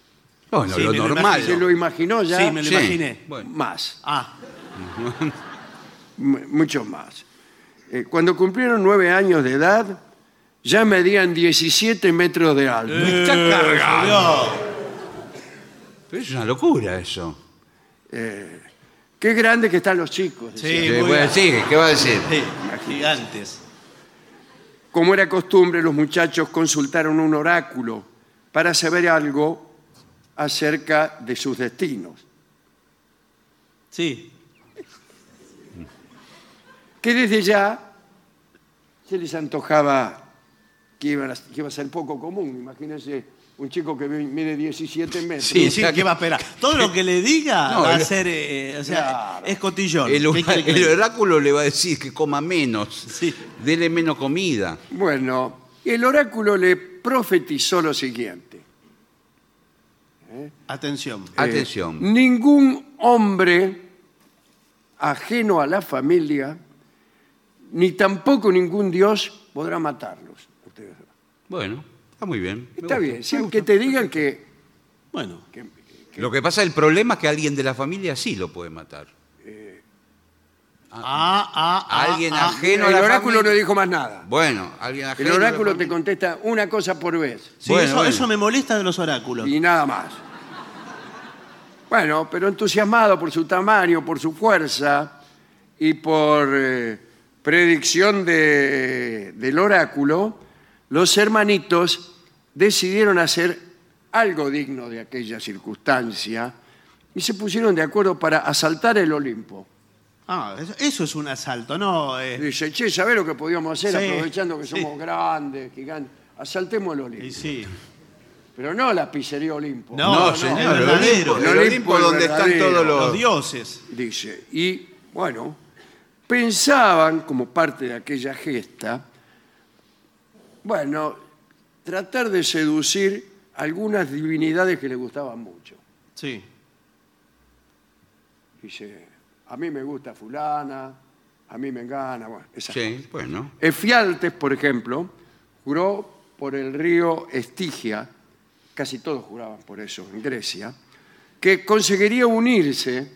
Speaker 4: Bueno,
Speaker 3: Sí,
Speaker 4: lo
Speaker 3: me lo
Speaker 4: normal.
Speaker 2: ¿Se lo imaginó ya?
Speaker 3: Sí, me lo
Speaker 4: Sí.
Speaker 3: imaginé.
Speaker 4: Bueno.
Speaker 2: Más,
Speaker 3: Ah,
Speaker 2: mu- mucho más. Eh, cuando cumplieron nueve años de edad, ya medían 17 metros de alto.
Speaker 4: *laughs*
Speaker 3: Eh.
Speaker 4: Está cargado.
Speaker 3: no.
Speaker 4: Pero es una locura eso.
Speaker 2: Qué grandes que están los chicos.
Speaker 3: Sí.
Speaker 2: decía.
Speaker 4: Sí,
Speaker 3: muy bien.
Speaker 4: bueno, sí, ¿qué va a decir?
Speaker 3: Sí, gigantes.
Speaker 2: Como era costumbre, los muchachos consultaron un oráculo para saber algo acerca de sus destinos.
Speaker 3: Sí.
Speaker 2: Que desde ya se les antojaba que iban a- que iba a, ser poco común. Imagínense un chico que mide 17 metros.
Speaker 4: Sí,
Speaker 3: Sí, sí,
Speaker 4: ya-
Speaker 3: ¿qué va a esperar? Todo lo que le diga
Speaker 4: No,
Speaker 3: va a
Speaker 4: el-
Speaker 3: ser, eh, o sea,
Speaker 2: Claro.
Speaker 3: es cotillón.
Speaker 4: El,
Speaker 3: ¿Qué quiere que
Speaker 4: el
Speaker 3: le diga?
Speaker 4: oráculo le va a decir que coma menos,
Speaker 3: Sí.
Speaker 4: dele menos comida.
Speaker 2: Bueno, el oráculo le profetizó lo siguiente.
Speaker 3: Atención.
Speaker 2: Mm.
Speaker 4: Atención.
Speaker 2: Eh, Ningún hombre ajeno a la familia, ni tampoco ningún dios podrá matarlos. Ustedes-
Speaker 4: Bueno, está muy bien. me
Speaker 2: Está
Speaker 4: gusta.
Speaker 2: bien, sí, que te digan que...
Speaker 3: Bueno,
Speaker 4: Lo que pasa, el problema es que alguien de la familia sí lo puede matar.
Speaker 3: ah, ah, ah,
Speaker 4: Alguien
Speaker 3: ah.
Speaker 4: ajeno
Speaker 2: el
Speaker 4: a la
Speaker 2: oráculo
Speaker 4: familia.
Speaker 2: no dijo más nada.
Speaker 4: Bueno, alguien ajeno.
Speaker 2: El
Speaker 4: a la
Speaker 2: oráculo te
Speaker 4: familia.
Speaker 2: contesta una cosa por vez
Speaker 3: Sí,
Speaker 4: Bueno,
Speaker 3: eso,
Speaker 4: bueno.
Speaker 3: eso me molesta de los oráculos.
Speaker 2: y nada más. Bueno, pero entusiasmado por su tamaño, por su fuerza y por eh, predicción de- del oráculo, los hermanitos decidieron hacer algo digno de aquella circunstancia y se pusieron de acuerdo para asaltar el Olimpo.
Speaker 3: Ah, eso, eso es un asalto, no. eh,
Speaker 2: Dice, che, ¿sabés lo que podíamos hacer
Speaker 3: Sí,
Speaker 2: aprovechando que
Speaker 3: sí.
Speaker 2: somos grandes, gigantes? Asaltemos el Olimpo.
Speaker 3: y sí.
Speaker 2: Pero no la pizzería Olimpo.
Speaker 3: No,
Speaker 4: No,
Speaker 3: no,
Speaker 4: señor,
Speaker 3: es
Speaker 4: el
Speaker 3: verdadero.
Speaker 4: Olimpo, el
Speaker 2: El
Speaker 4: Olimpo
Speaker 2: Olimpo es
Speaker 4: donde están
Speaker 2: verdadero.
Speaker 4: todos
Speaker 3: Los
Speaker 4: los.
Speaker 3: dioses.
Speaker 2: dice. Y bueno, pensaban como parte de aquella gesta, bueno, tratar de seducir algunas divinidades que le gustaban mucho.
Speaker 3: Sí.
Speaker 2: Dice, a mí me gusta fulana, a mí me gana, bueno, esas
Speaker 4: Sí, bueno.
Speaker 2: Efialtes, por ejemplo, juró por el río Estigia, casi todos juraban por eso en Grecia, que conseguiría unirse.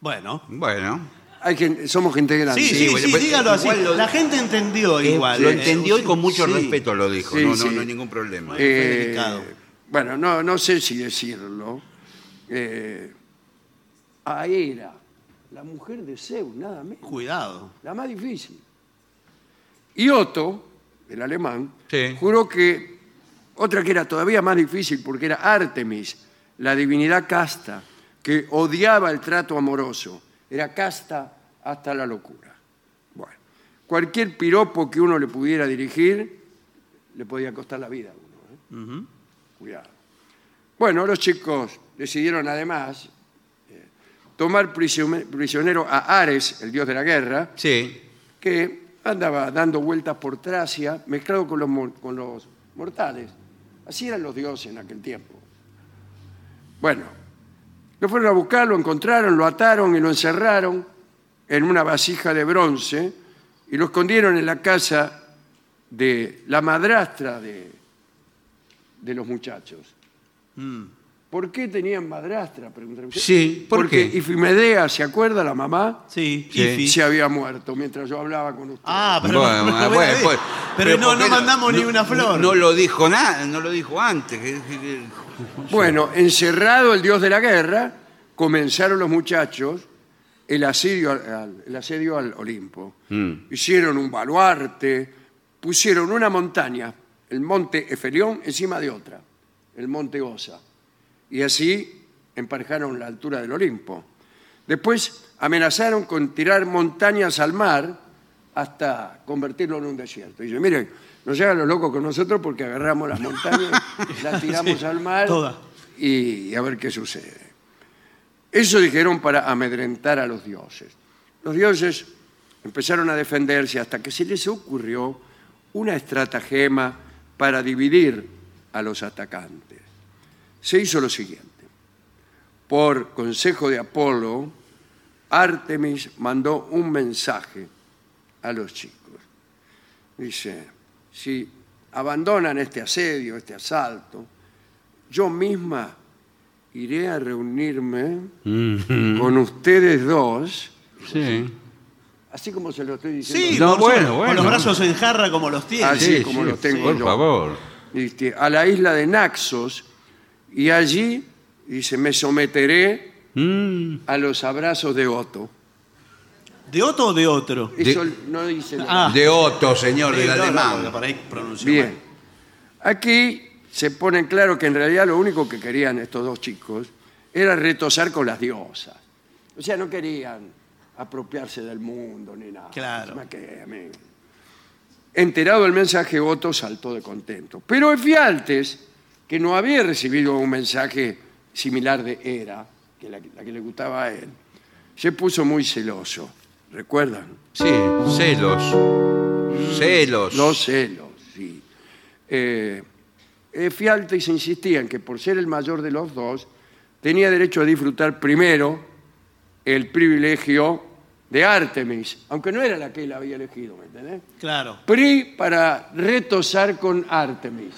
Speaker 3: Bueno.
Speaker 4: Bueno.
Speaker 2: Hay gente- somos gente grande. eh,
Speaker 3: Sí, sí,
Speaker 4: bueno,
Speaker 3: sí,
Speaker 4: pues,
Speaker 3: dígalo así.
Speaker 4: igual lo-
Speaker 3: La gente entendió
Speaker 4: Eh,
Speaker 3: igual.
Speaker 4: lo
Speaker 3: eh,
Speaker 4: entendió y
Speaker 3: sí,
Speaker 4: con mucho
Speaker 3: sí.
Speaker 4: respeto lo dijo.
Speaker 2: Sí,
Speaker 4: no,
Speaker 2: sí.
Speaker 4: no, no hay ningún problema.
Speaker 2: Eh,
Speaker 3: delicado.
Speaker 2: bueno, no, no sé si decirlo. Eh, a Hera, la mujer de Zeus, nada menos.
Speaker 3: Cuidado.
Speaker 2: La más difícil. Y Otto, el alemán,
Speaker 4: Sí.
Speaker 2: juró que otra que era todavía más difícil porque era Artemis, la divinidad casta, que odiaba el trato amoroso. Era casta hasta la locura. Bueno, cualquier piropo que uno le pudiera dirigir le podía costar la vida a uno. ¿eh? Cuidado. Bueno, los chicos decidieron además eh, tomar prisione- prisionero a Ares, el dios de la guerra,
Speaker 4: Sí.
Speaker 2: que andaba dando vueltas por Tracia, mezclado con los, mor- con los mortales. Así eran los dioses en aquel tiempo. Bueno, lo fueron a buscar, lo encontraron, lo ataron y lo encerraron en una vasija de bronce y lo escondieron en la casa de la madrastra de, de los muchachos. ¿Por qué tenían madrastra? Preguntaron.
Speaker 4: Mm. Sí, ¿por
Speaker 2: Porque
Speaker 4: qué?
Speaker 2: Ifimedea, ¿se acuerda la mamá?
Speaker 3: Sí,
Speaker 4: Sí.
Speaker 3: Ifi.
Speaker 2: se había muerto mientras yo hablaba con usted.
Speaker 3: Ah, pero,
Speaker 4: Bueno,
Speaker 3: pero
Speaker 4: bueno,
Speaker 3: bueno,
Speaker 4: pues,
Speaker 3: pero
Speaker 4: pero
Speaker 3: no,
Speaker 4: ¿por qué
Speaker 3: no mandamos ni una flor.
Speaker 4: No lo dijo nada, no lo dijo antes. que- que- que-
Speaker 2: bueno, encerrado el dios de la guerra, comenzaron los muchachos el asedio al, al- el asedio al Olimpo. Hicieron un baluarte, pusieron una montaña, el monte Efelión, encima de otra, el monte Osa. Y así emparejaron la altura del Olimpo. Después amenazaron con tirar montañas al mar hasta convertirlo en un desierto. Y dice, miren, no se hagan los locos con nosotros porque agarramos las montañas, las tiramos al mar
Speaker 3: todas.
Speaker 2: y- y a ver qué sucede. Eso dijeron para amedrentar a los dioses. Los dioses empezaron a defenderse hasta que se les ocurrió una estratagema para dividir a los atacantes. Se hizo lo siguiente. Por consejo de Apolo, Artemis mandó un mensaje a los chicos. Dice, si abandonan este asedio, este asalto, yo misma iré a reunirme
Speaker 3: Mm.
Speaker 2: con ustedes dos,
Speaker 4: Sí.
Speaker 2: así como se lo estoy diciendo,
Speaker 3: Sí,
Speaker 4: No,
Speaker 3: por
Speaker 4: bueno,
Speaker 3: supuesto,
Speaker 4: bueno.
Speaker 3: Con los brazos en jarra como los tiene.
Speaker 2: Ah, sí.
Speaker 3: Sí.
Speaker 2: como lo tengo
Speaker 4: Por
Speaker 2: yo.
Speaker 4: favor.
Speaker 2: este, a la isla de Naxos y allí, dice, me someteré
Speaker 4: Mm,
Speaker 2: a los abrazos de Otto.
Speaker 3: ¿De otro o de otro?
Speaker 2: Eso no dice nada.
Speaker 3: Ah.
Speaker 4: De Otto, señor, del
Speaker 3: Sí, no, no,
Speaker 4: alemán.
Speaker 3: porque por ahí pronunció
Speaker 2: Bien.
Speaker 3: mal.
Speaker 2: Aquí se pone en claro que en realidad lo único que querían estos dos chicos era retosar con las diosas. O sea, no querían apropiarse del mundo ni nada.
Speaker 3: Claro.
Speaker 2: Más que a mí. Enterado del mensaje, Otto saltó de contento. Pero Efialtes, que no había recibido un mensaje similar de Hera, que la, la que le gustaba a él, se puso muy celoso. ¿Recuerdan?
Speaker 4: Sí, celos. Celos.
Speaker 2: Los celos, sí. Eh, eh, Fialtes insistía en que por ser el mayor de los dos, tenía derecho a disfrutar primero el privilegio de Artemis, aunque no era la que él había elegido, ¿me entendés?
Speaker 3: Claro.
Speaker 2: Pri para retosar con Artemis,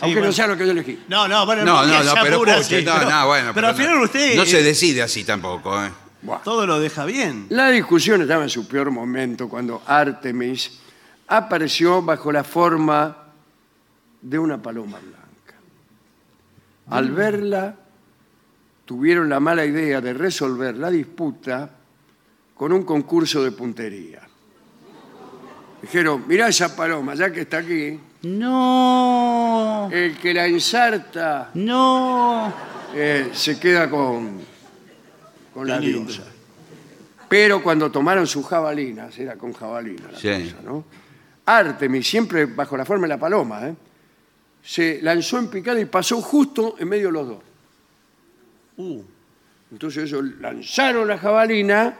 Speaker 2: aunque
Speaker 3: bueno.
Speaker 2: no sea lo que yo elegí.
Speaker 3: No, no, bueno,
Speaker 4: No,
Speaker 3: ya
Speaker 4: no, no, pero
Speaker 3: apura,
Speaker 4: escuche,
Speaker 3: sí,
Speaker 4: no,
Speaker 3: pero-
Speaker 4: no, bueno.
Speaker 3: Pero al final
Speaker 4: no,
Speaker 3: usted
Speaker 4: No
Speaker 3: eh,
Speaker 4: se decide así tampoco, ¿eh?
Speaker 2: Buah.
Speaker 3: todo lo deja bien.
Speaker 2: La discusión estaba en su peor momento cuando Artemis apareció bajo la forma de una paloma blanca. Al verla, tuvieron la mala idea de resolver la disputa con un concurso de puntería. Dijeron, mirá esa paloma, ya que está aquí,
Speaker 4: No.
Speaker 2: el que la ensarta
Speaker 4: No.
Speaker 2: eh, se queda con, con la
Speaker 3: Qué lindo.
Speaker 2: diosa. Pero cuando tomaron sus jabalinas, era con jabalina la
Speaker 4: Sí.
Speaker 2: cosa, ¿no? Artemis, siempre bajo la forma de la paloma, ¿eh? se lanzó en picada y pasó justo en medio de los dos.
Speaker 3: Uh,
Speaker 2: Entonces ellos lanzaron la jabalina,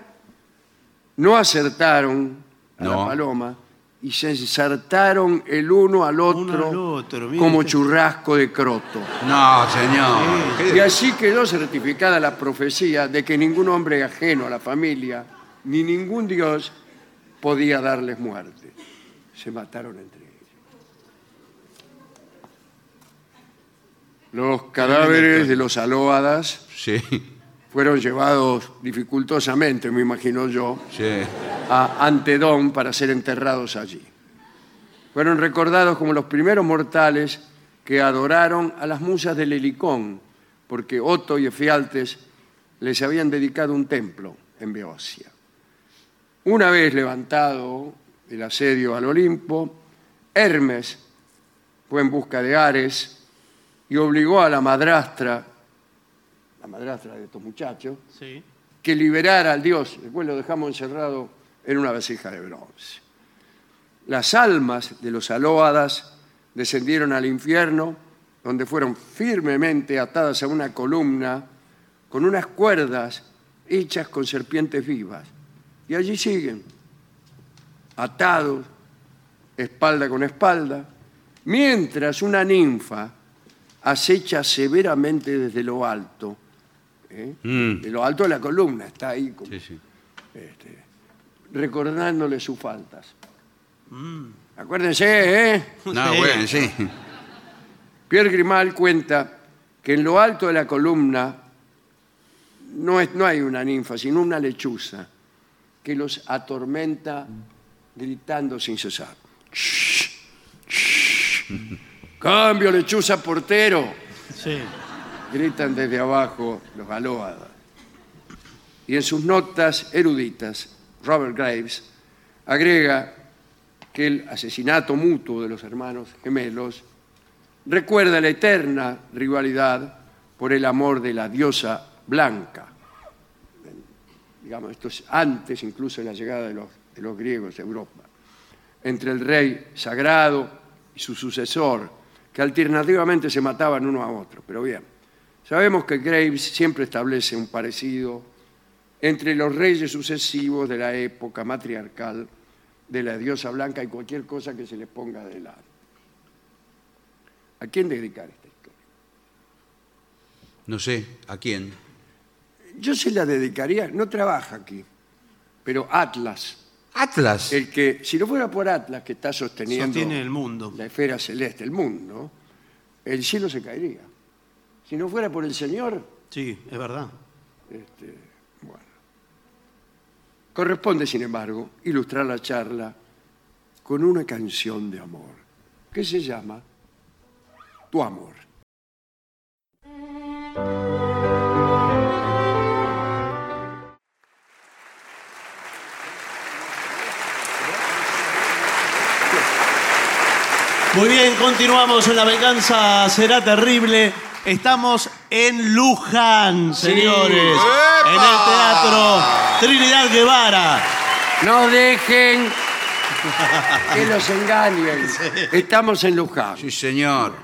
Speaker 2: no acertaron a la
Speaker 4: No.
Speaker 2: paloma y se ensartaron el uno al otro,
Speaker 3: al otro, mire
Speaker 2: como
Speaker 3: usted.
Speaker 2: churrasco de croto.
Speaker 4: No, señor.
Speaker 2: Y
Speaker 4: ¿Qué-
Speaker 2: así quedó certificada la profecía de que ningún hombre ajeno a la familia, ni ningún dios, podía darles muerte. Se mataron entre ellos. Los cadáveres de los alóadas
Speaker 4: Sí,
Speaker 2: fueron llevados dificultosamente, me imagino yo,
Speaker 4: sí.
Speaker 2: a Antedón para ser enterrados allí. Fueron recordados como los primeros mortales que adoraron a las musas del Helicón, porque Otto y Efialtes les habían dedicado un templo en Beocia. Una vez levantado el asedio al Olimpo, Hermes fue en busca de Ares y obligó a la madrastra, la madrastra de estos muchachos,
Speaker 3: sí.
Speaker 2: que liberara al dios. Después lo dejamos encerrado en una vasija de bronce. Las almas de los alóadas descendieron al infierno, donde fueron firmemente atadas a una columna con unas cuerdas hechas con serpientes vivas. Y allí siguen, atados, espalda con espalda, mientras una ninfa acecha severamente desde lo alto, ¿eh?
Speaker 4: Mm.
Speaker 2: de lo alto de la columna, está ahí como este,
Speaker 4: Sí, sí.
Speaker 2: recordándole sus faltas. Acuérdense, ¿eh?
Speaker 4: No, bueno, sí.
Speaker 2: Pierre Grimal cuenta que en lo alto de la columna no, es- no hay una ninfa, sino una lechuza que los atormenta gritando sin cesar. Shh, shh. Cambio, lechuza portero,
Speaker 3: Sí.
Speaker 2: gritan desde abajo los alóadas. Y en sus notas eruditas, Robert Graves agrega que el asesinato mutuo de los hermanos gemelos recuerda la eterna rivalidad por el amor de la diosa blanca. Digamos, esto es antes incluso de la llegada de los, de los griegos a Europa, entre el rey sagrado y su sucesor, que alternativamente se mataban uno a otro. Pero bien, sabemos que Graves siempre establece un parecido entre los reyes sucesivos de la época matriarcal de la diosa blanca y cualquier cosa que se les ponga adelante. ¿A quién dedicar esta historia?
Speaker 4: No sé, ¿a quién?
Speaker 2: Yo se la dedicaría, no trabaja aquí, pero Atlas,
Speaker 4: Atlas.
Speaker 2: el que, si no fuera por Atlas, que está sosteniendo
Speaker 3: Sostiene el mundo.
Speaker 2: la esfera celeste, el mundo, el cielo se caería. Si no fuera por el Señor,
Speaker 3: Sí, es verdad.
Speaker 2: este, bueno. Corresponde, sin embargo, ilustrar la charla con una canción de amor que se llama Tu amor.
Speaker 3: Muy bien, continuamos en La Venganza Será Terrible. Estamos en Luján, señores. En el Teatro Trinidad Guevara.
Speaker 2: No dejen que los engañen. Estamos en Luján.
Speaker 4: Sí, señor.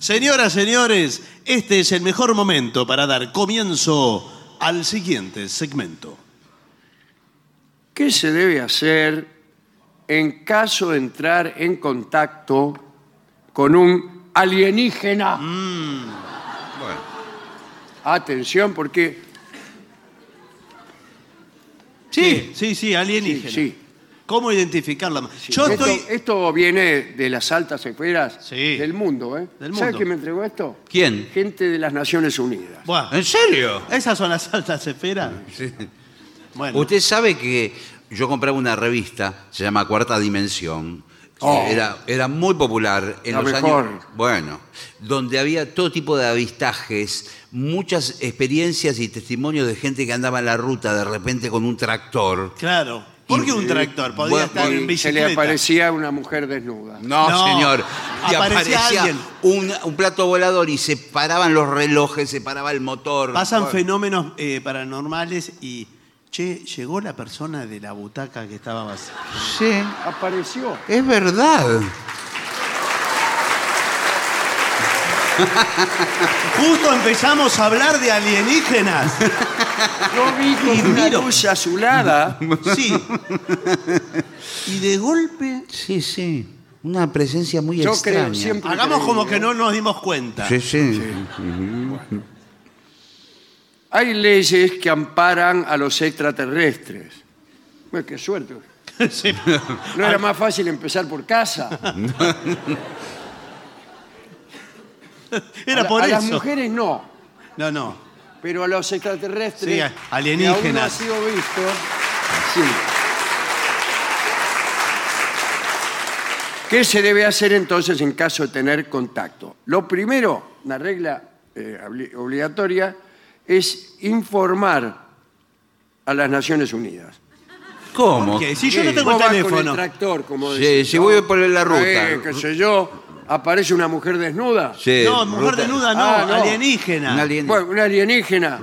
Speaker 3: Señoras, señores, este es el mejor momento para dar comienzo al siguiente segmento.
Speaker 2: ¿Qué se debe hacer en caso de entrar en contacto con un alienígena?
Speaker 4: Bueno.
Speaker 2: Atención, porque
Speaker 3: Sí, sí, sí, alienígena.
Speaker 2: sí.
Speaker 3: ¿Cómo identificarla? Yo
Speaker 2: esto,
Speaker 3: estoy.
Speaker 2: esto viene de las altas esferas
Speaker 3: Sí.
Speaker 2: del mundo. ¿eh?
Speaker 3: Del
Speaker 2: ¿Sabe
Speaker 3: mundo.
Speaker 2: quién me entregó esto?
Speaker 4: ¿Quién?
Speaker 2: Gente de las Naciones Unidas.
Speaker 3: Buah,
Speaker 4: ¿En serio?
Speaker 3: esas son las altas esferas.
Speaker 4: Sí.
Speaker 3: Bueno,
Speaker 4: Usted sabe que yo compraba una revista, se llama Cuarta Dimensión.
Speaker 2: Oh.
Speaker 4: Era, era muy popular en
Speaker 2: La
Speaker 4: los
Speaker 2: mejor.
Speaker 4: años. Bueno, donde había todo tipo de avistajes, muchas experiencias y testimonios de gente que andaba en la ruta de repente con un tractor.
Speaker 3: claro. ¿Por qué un tractor? Podía
Speaker 4: bueno,
Speaker 3: estar en
Speaker 2: Y se le
Speaker 3: bicicleta.
Speaker 2: aparecía una mujer desnuda.
Speaker 4: No,
Speaker 3: No,
Speaker 4: señor. Y
Speaker 3: aparecía alguien.
Speaker 4: un, un plato volador y se paraban los relojes, se paraba el motor.
Speaker 3: Pasan
Speaker 4: Bueno,
Speaker 3: fenómenos eh, paranormales y. Che, llegó la persona de la butaca que estaba vacía.
Speaker 4: Sí,
Speaker 2: Apareció.
Speaker 4: es verdad.
Speaker 3: Justo empezamos a hablar de alienígenas.
Speaker 2: *laughs* Yo vi con una
Speaker 3: miro.
Speaker 2: luz azulada.
Speaker 3: Sí. Y de golpe.
Speaker 4: Sí, sí. Una presencia muy
Speaker 2: Yo
Speaker 4: extraña.
Speaker 2: creo siempre.
Speaker 3: Hagamos
Speaker 2: creí,
Speaker 3: como
Speaker 2: ¿eh?
Speaker 3: que no nos dimos cuenta.
Speaker 4: Sí, sí.
Speaker 2: Hay leyes que amparan a los extraterrestres. Pues qué suerte.
Speaker 3: *laughs* Sí.
Speaker 2: ¿No era más fácil empezar por
Speaker 3: *laughs*
Speaker 2: casa?
Speaker 3: Era
Speaker 2: a,
Speaker 3: por
Speaker 2: a
Speaker 3: eso.
Speaker 2: las mujeres no,
Speaker 3: No, no.
Speaker 2: pero a los extraterrestres.
Speaker 3: Sí, a- alienígenas.
Speaker 2: que aún no ha sido visto. sí. ¿Qué se debe hacer entonces en caso de tener contacto? Lo primero, una regla eh, obli- obligatoria, es informar a las Naciones Unidas.
Speaker 4: ¿Cómo?
Speaker 3: Que si yo no
Speaker 2: Sí,
Speaker 3: tengo el
Speaker 2: vos vas Con
Speaker 3: teléfono.
Speaker 2: el tractor, como
Speaker 4: Sí,
Speaker 2: decís,
Speaker 4: sí, voy por la ruta.
Speaker 2: Eh, qué sé yo, aparece una mujer desnuda.
Speaker 4: Sí,
Speaker 3: No, mujer
Speaker 4: ruta-
Speaker 3: desnuda no,
Speaker 2: Ah, no.
Speaker 3: alienígena.
Speaker 4: Un alien-
Speaker 2: Bueno, una alienígena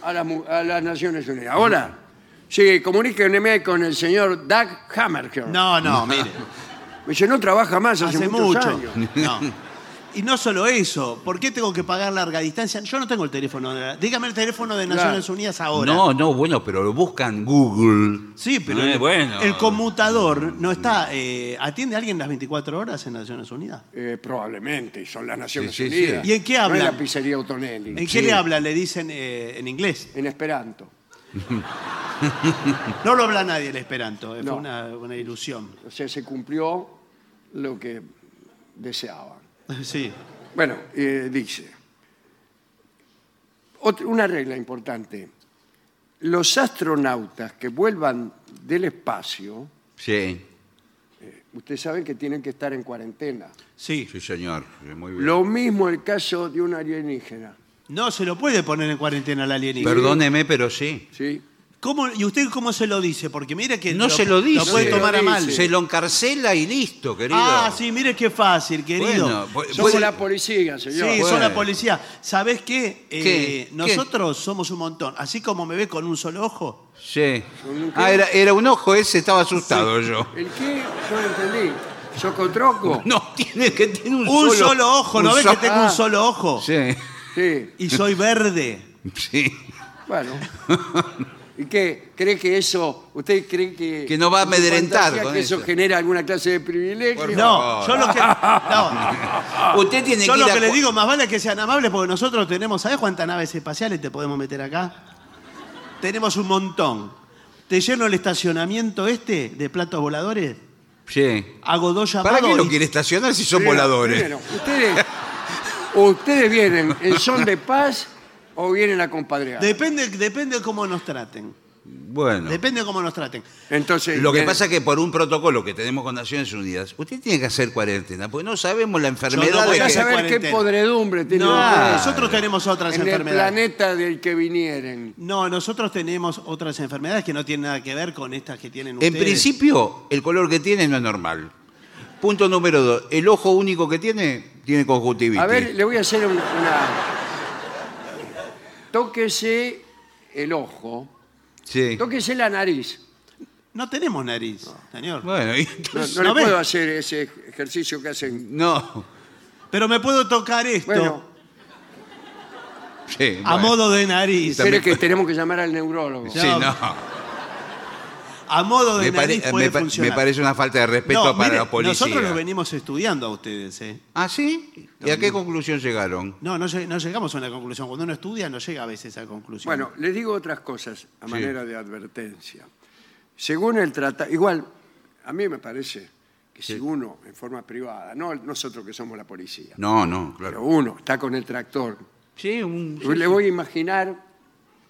Speaker 2: a, la mu- a las Naciones Unidas. Hola. Sí, comuníquenme con el señor Doug Hammerker. *laughs*
Speaker 3: No, no, mire.
Speaker 2: Me dice, no trabaja más hace,
Speaker 3: Hace
Speaker 4: *laughs*
Speaker 2: muchos
Speaker 3: mucho.
Speaker 2: años.
Speaker 3: No. Y no solo eso, ¿por qué tengo que pagar larga distancia? Yo no tengo el teléfono. de la- Dígame el teléfono de Naciones
Speaker 2: Claro.
Speaker 3: Unidas ahora.
Speaker 4: No, no, bueno, pero lo buscan Google.
Speaker 3: Sí, pero
Speaker 4: No es
Speaker 3: el,
Speaker 4: bueno.
Speaker 3: el conmutador no está. eh, ¿Atiende alguien las 24 horas en Naciones Unidas?
Speaker 2: Eh, probablemente, son las Naciones
Speaker 4: Sí, sí, sí.
Speaker 2: Unidas.
Speaker 3: ¿Y en qué
Speaker 2: No es
Speaker 3: hablan?
Speaker 2: la pizzería Otonelli.
Speaker 3: ¿En qué le habla? Le dicen eh, en inglés.
Speaker 2: En Esperanto.
Speaker 3: No lo habla nadie el esperanto. eh,
Speaker 2: No.
Speaker 3: Fue una, una ilusión.
Speaker 2: O sea, se cumplió lo que deseaban.
Speaker 3: Sí.
Speaker 2: Bueno, eh, dice, ot- una regla importante, los astronautas que vuelvan del espacio,
Speaker 4: Sí,
Speaker 2: ustedes saben que tienen que estar en cuarentena.
Speaker 3: Sí.
Speaker 4: sí, señor. Muy bien.
Speaker 2: Lo mismo el caso de un alienígena,
Speaker 3: No se lo puede poner en cuarentena al alienígena.
Speaker 4: Perdóneme, pero sí.
Speaker 2: ¿sí?
Speaker 3: ¿Cómo- ¿Y usted cómo se lo dice? Porque mire que.
Speaker 4: No se lo dice.
Speaker 3: Lo puede
Speaker 2: No se
Speaker 3: tomar a
Speaker 2: lo
Speaker 3: mal.
Speaker 2: dice.
Speaker 4: Se lo encarcela y listo, querido.
Speaker 3: Ah, sí, mire qué fácil, querido.
Speaker 4: Bueno, pues, pu-
Speaker 2: Somos
Speaker 4: puede-
Speaker 2: la policía,
Speaker 3: Sí,
Speaker 2: señor.
Speaker 4: Bueno.
Speaker 3: son la policía. ¿Sabés qué? Eh,
Speaker 4: ¿Qué?
Speaker 3: Nosotros somos un montón. Así como me ve con un solo ojo.
Speaker 4: Sí. Ah, era, era un ojo ese, estaba asustado yo.
Speaker 2: ¿El qué? Yo no entendí. ¿Socotroco?
Speaker 4: No, tiene que tener un,
Speaker 3: Un solo, ojo, ¿no
Speaker 4: un
Speaker 3: ves
Speaker 4: so-
Speaker 3: que tengo un
Speaker 2: Ah.
Speaker 3: solo ojo?
Speaker 4: Sí, *laughs*
Speaker 2: Sí,
Speaker 3: Y soy verde.
Speaker 4: sí.
Speaker 2: bueno. ¿Y qué? ¿Cree que eso, usted cree que...
Speaker 4: Que nos va a
Speaker 2: en su
Speaker 4: amedrentar
Speaker 2: fantasía
Speaker 4: con
Speaker 2: que eso
Speaker 4: eso?
Speaker 2: genera alguna clase de privilegio?
Speaker 4: Por
Speaker 3: No,
Speaker 4: favor.
Speaker 3: yo
Speaker 4: *laughs*
Speaker 3: lo que. no,
Speaker 4: Usted tiene
Speaker 3: Ah. yo
Speaker 4: que
Speaker 3: lo
Speaker 4: ir a
Speaker 3: que le
Speaker 4: cu-
Speaker 3: digo, más vale que sean amables porque nosotros tenemos. ¿Sabés cuántas naves espaciales te podemos meter acá? Tenemos un montón. Te lleno el estacionamiento este de platos voladores.
Speaker 4: Sí.
Speaker 3: Hago dos llamados.
Speaker 4: ¿Para qué lo
Speaker 3: y-
Speaker 4: quiere estacionar si son
Speaker 2: Primero,
Speaker 4: voladores?
Speaker 2: primero, ustedes, ustedes vienen en son de paz o vienen a compadrear.
Speaker 3: Depende, depende cómo nos traten.
Speaker 4: Bueno.
Speaker 3: Depende cómo nos traten.
Speaker 2: Entonces,
Speaker 4: Lo que
Speaker 2: bien,
Speaker 4: pasa es que por un protocolo que tenemos con Naciones Unidas, usted tiene que hacer cuarentena, porque no sabemos la
Speaker 3: Yo
Speaker 4: enfermedad
Speaker 3: no
Speaker 4: de
Speaker 3: voy
Speaker 2: ya
Speaker 3: a
Speaker 4: que...
Speaker 3: saber-
Speaker 2: saber qué
Speaker 3: cuarentena.
Speaker 2: podredumbre tiene
Speaker 3: No,
Speaker 2: ustedes
Speaker 3: nosotros tenemos otras
Speaker 2: en el
Speaker 3: enfermedades.
Speaker 2: planeta del que vinieren.
Speaker 3: No, nosotros tenemos otras enfermedades que no tienen nada que ver con estas que tienen ustedes.
Speaker 4: En principio, el color que tiene no es normal. Punto número dos, el ojo único que tiene, tiene conjuntivitis.
Speaker 2: A ver, le voy a hacer una, una- Tóquese el ojo,
Speaker 4: Sí.
Speaker 2: tóquese la nariz.
Speaker 3: No tenemos nariz, señor.
Speaker 4: Bueno, y- *laughs*
Speaker 2: No, no
Speaker 3: ¿No
Speaker 2: le
Speaker 3: ves?
Speaker 2: puedo hacer ese ejercicio que hacen.
Speaker 4: no.
Speaker 3: Pero me puedo tocar esto
Speaker 2: Bueno,
Speaker 4: Sí,
Speaker 3: a
Speaker 4: bueno.
Speaker 3: modo de nariz.
Speaker 2: pero es que tenemos que llamar al neurólogo.
Speaker 4: Sí, no.
Speaker 3: A modo de
Speaker 4: Me, pare-
Speaker 3: nariz puede
Speaker 4: me pa-
Speaker 3: funcionar.
Speaker 4: me parece una falta de respeto
Speaker 3: No,
Speaker 4: para
Speaker 3: mire,
Speaker 4: los policías.
Speaker 3: Nosotros los venimos estudiando a ustedes, ¿eh?
Speaker 4: ¿Ah, sí? ¿Y a qué conclusión llegaron?
Speaker 3: No, no, lleg- no llegamos a una conclusión. Cuando uno estudia no llega a veces a conclusión.
Speaker 2: Bueno, les digo otras cosas a manera de advertencia. Según el tratado, igual, a mí me parece que si uno en forma privada, no nosotros que somos la policía,
Speaker 4: No, no,
Speaker 2: pero
Speaker 4: claro.
Speaker 2: uno está con el tractor,
Speaker 4: Sí, un...
Speaker 2: le voy a imaginar,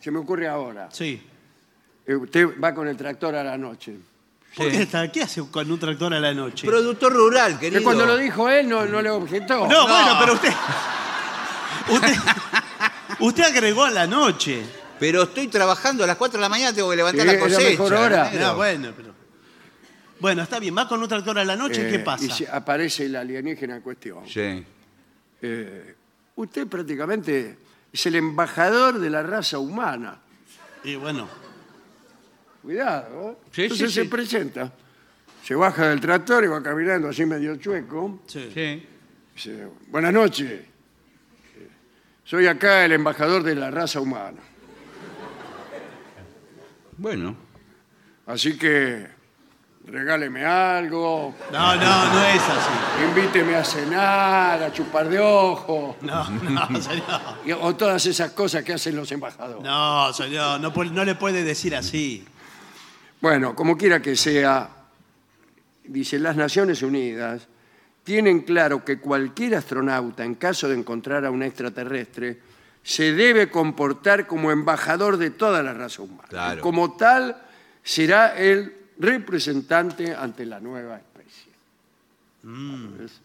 Speaker 2: se me ocurre ahora,
Speaker 3: Sí.
Speaker 2: eh, usted va con el tractor a la noche.
Speaker 3: ¿Por qué, está- qué hace con un tractor a la noche?
Speaker 4: Productor rural, querido.
Speaker 2: Que cuando lo dijo él no, no le objetó.
Speaker 3: No,
Speaker 4: No.
Speaker 3: bueno, pero usted. Usted, usted agregó a la noche.
Speaker 4: Pero estoy trabajando a las 4 de la mañana, tengo que levantar
Speaker 2: Sí,
Speaker 4: la
Speaker 2: es la
Speaker 4: cosecha.
Speaker 2: mejor hora.
Speaker 4: negro.
Speaker 3: No, Ah, bueno, pero. Bueno, está bien, va con un tractor a la noche,
Speaker 2: Eh,
Speaker 3: ¿qué
Speaker 2: Y
Speaker 3: pasa?
Speaker 2: se- aparece el alienígena en cuestión.
Speaker 4: Sí.
Speaker 2: Eh, usted prácticamente es el embajador de la raza humana.
Speaker 3: Y bueno,
Speaker 2: Cuidado. ¿eh?
Speaker 4: Sí,
Speaker 2: Entonces
Speaker 4: sí,
Speaker 2: se
Speaker 4: sí.
Speaker 2: presenta. Se baja del tractor y va caminando así medio chueco.
Speaker 3: sí.
Speaker 4: Sí.
Speaker 2: Dice, buenas noches. Eh, Soy acá el embajador de la raza humana.
Speaker 4: Bueno.
Speaker 2: Así que regáleme algo,
Speaker 3: No, no, no es así.
Speaker 2: invíteme a cenar, a chupar de ojo,
Speaker 3: No, no, señor.
Speaker 2: y- o todas esas cosas que hacen los embajadores.
Speaker 3: No, señor, no, pu- no le puede decir así.
Speaker 2: Bueno, como quiera que sea, dice, las Naciones Unidas tienen claro que cualquier astronauta, en caso de encontrar a un extraterrestre, se debe comportar como embajador de toda la raza humana.
Speaker 4: Claro.
Speaker 2: Como tal, será el representante ante la nueva especie. ¿Ves?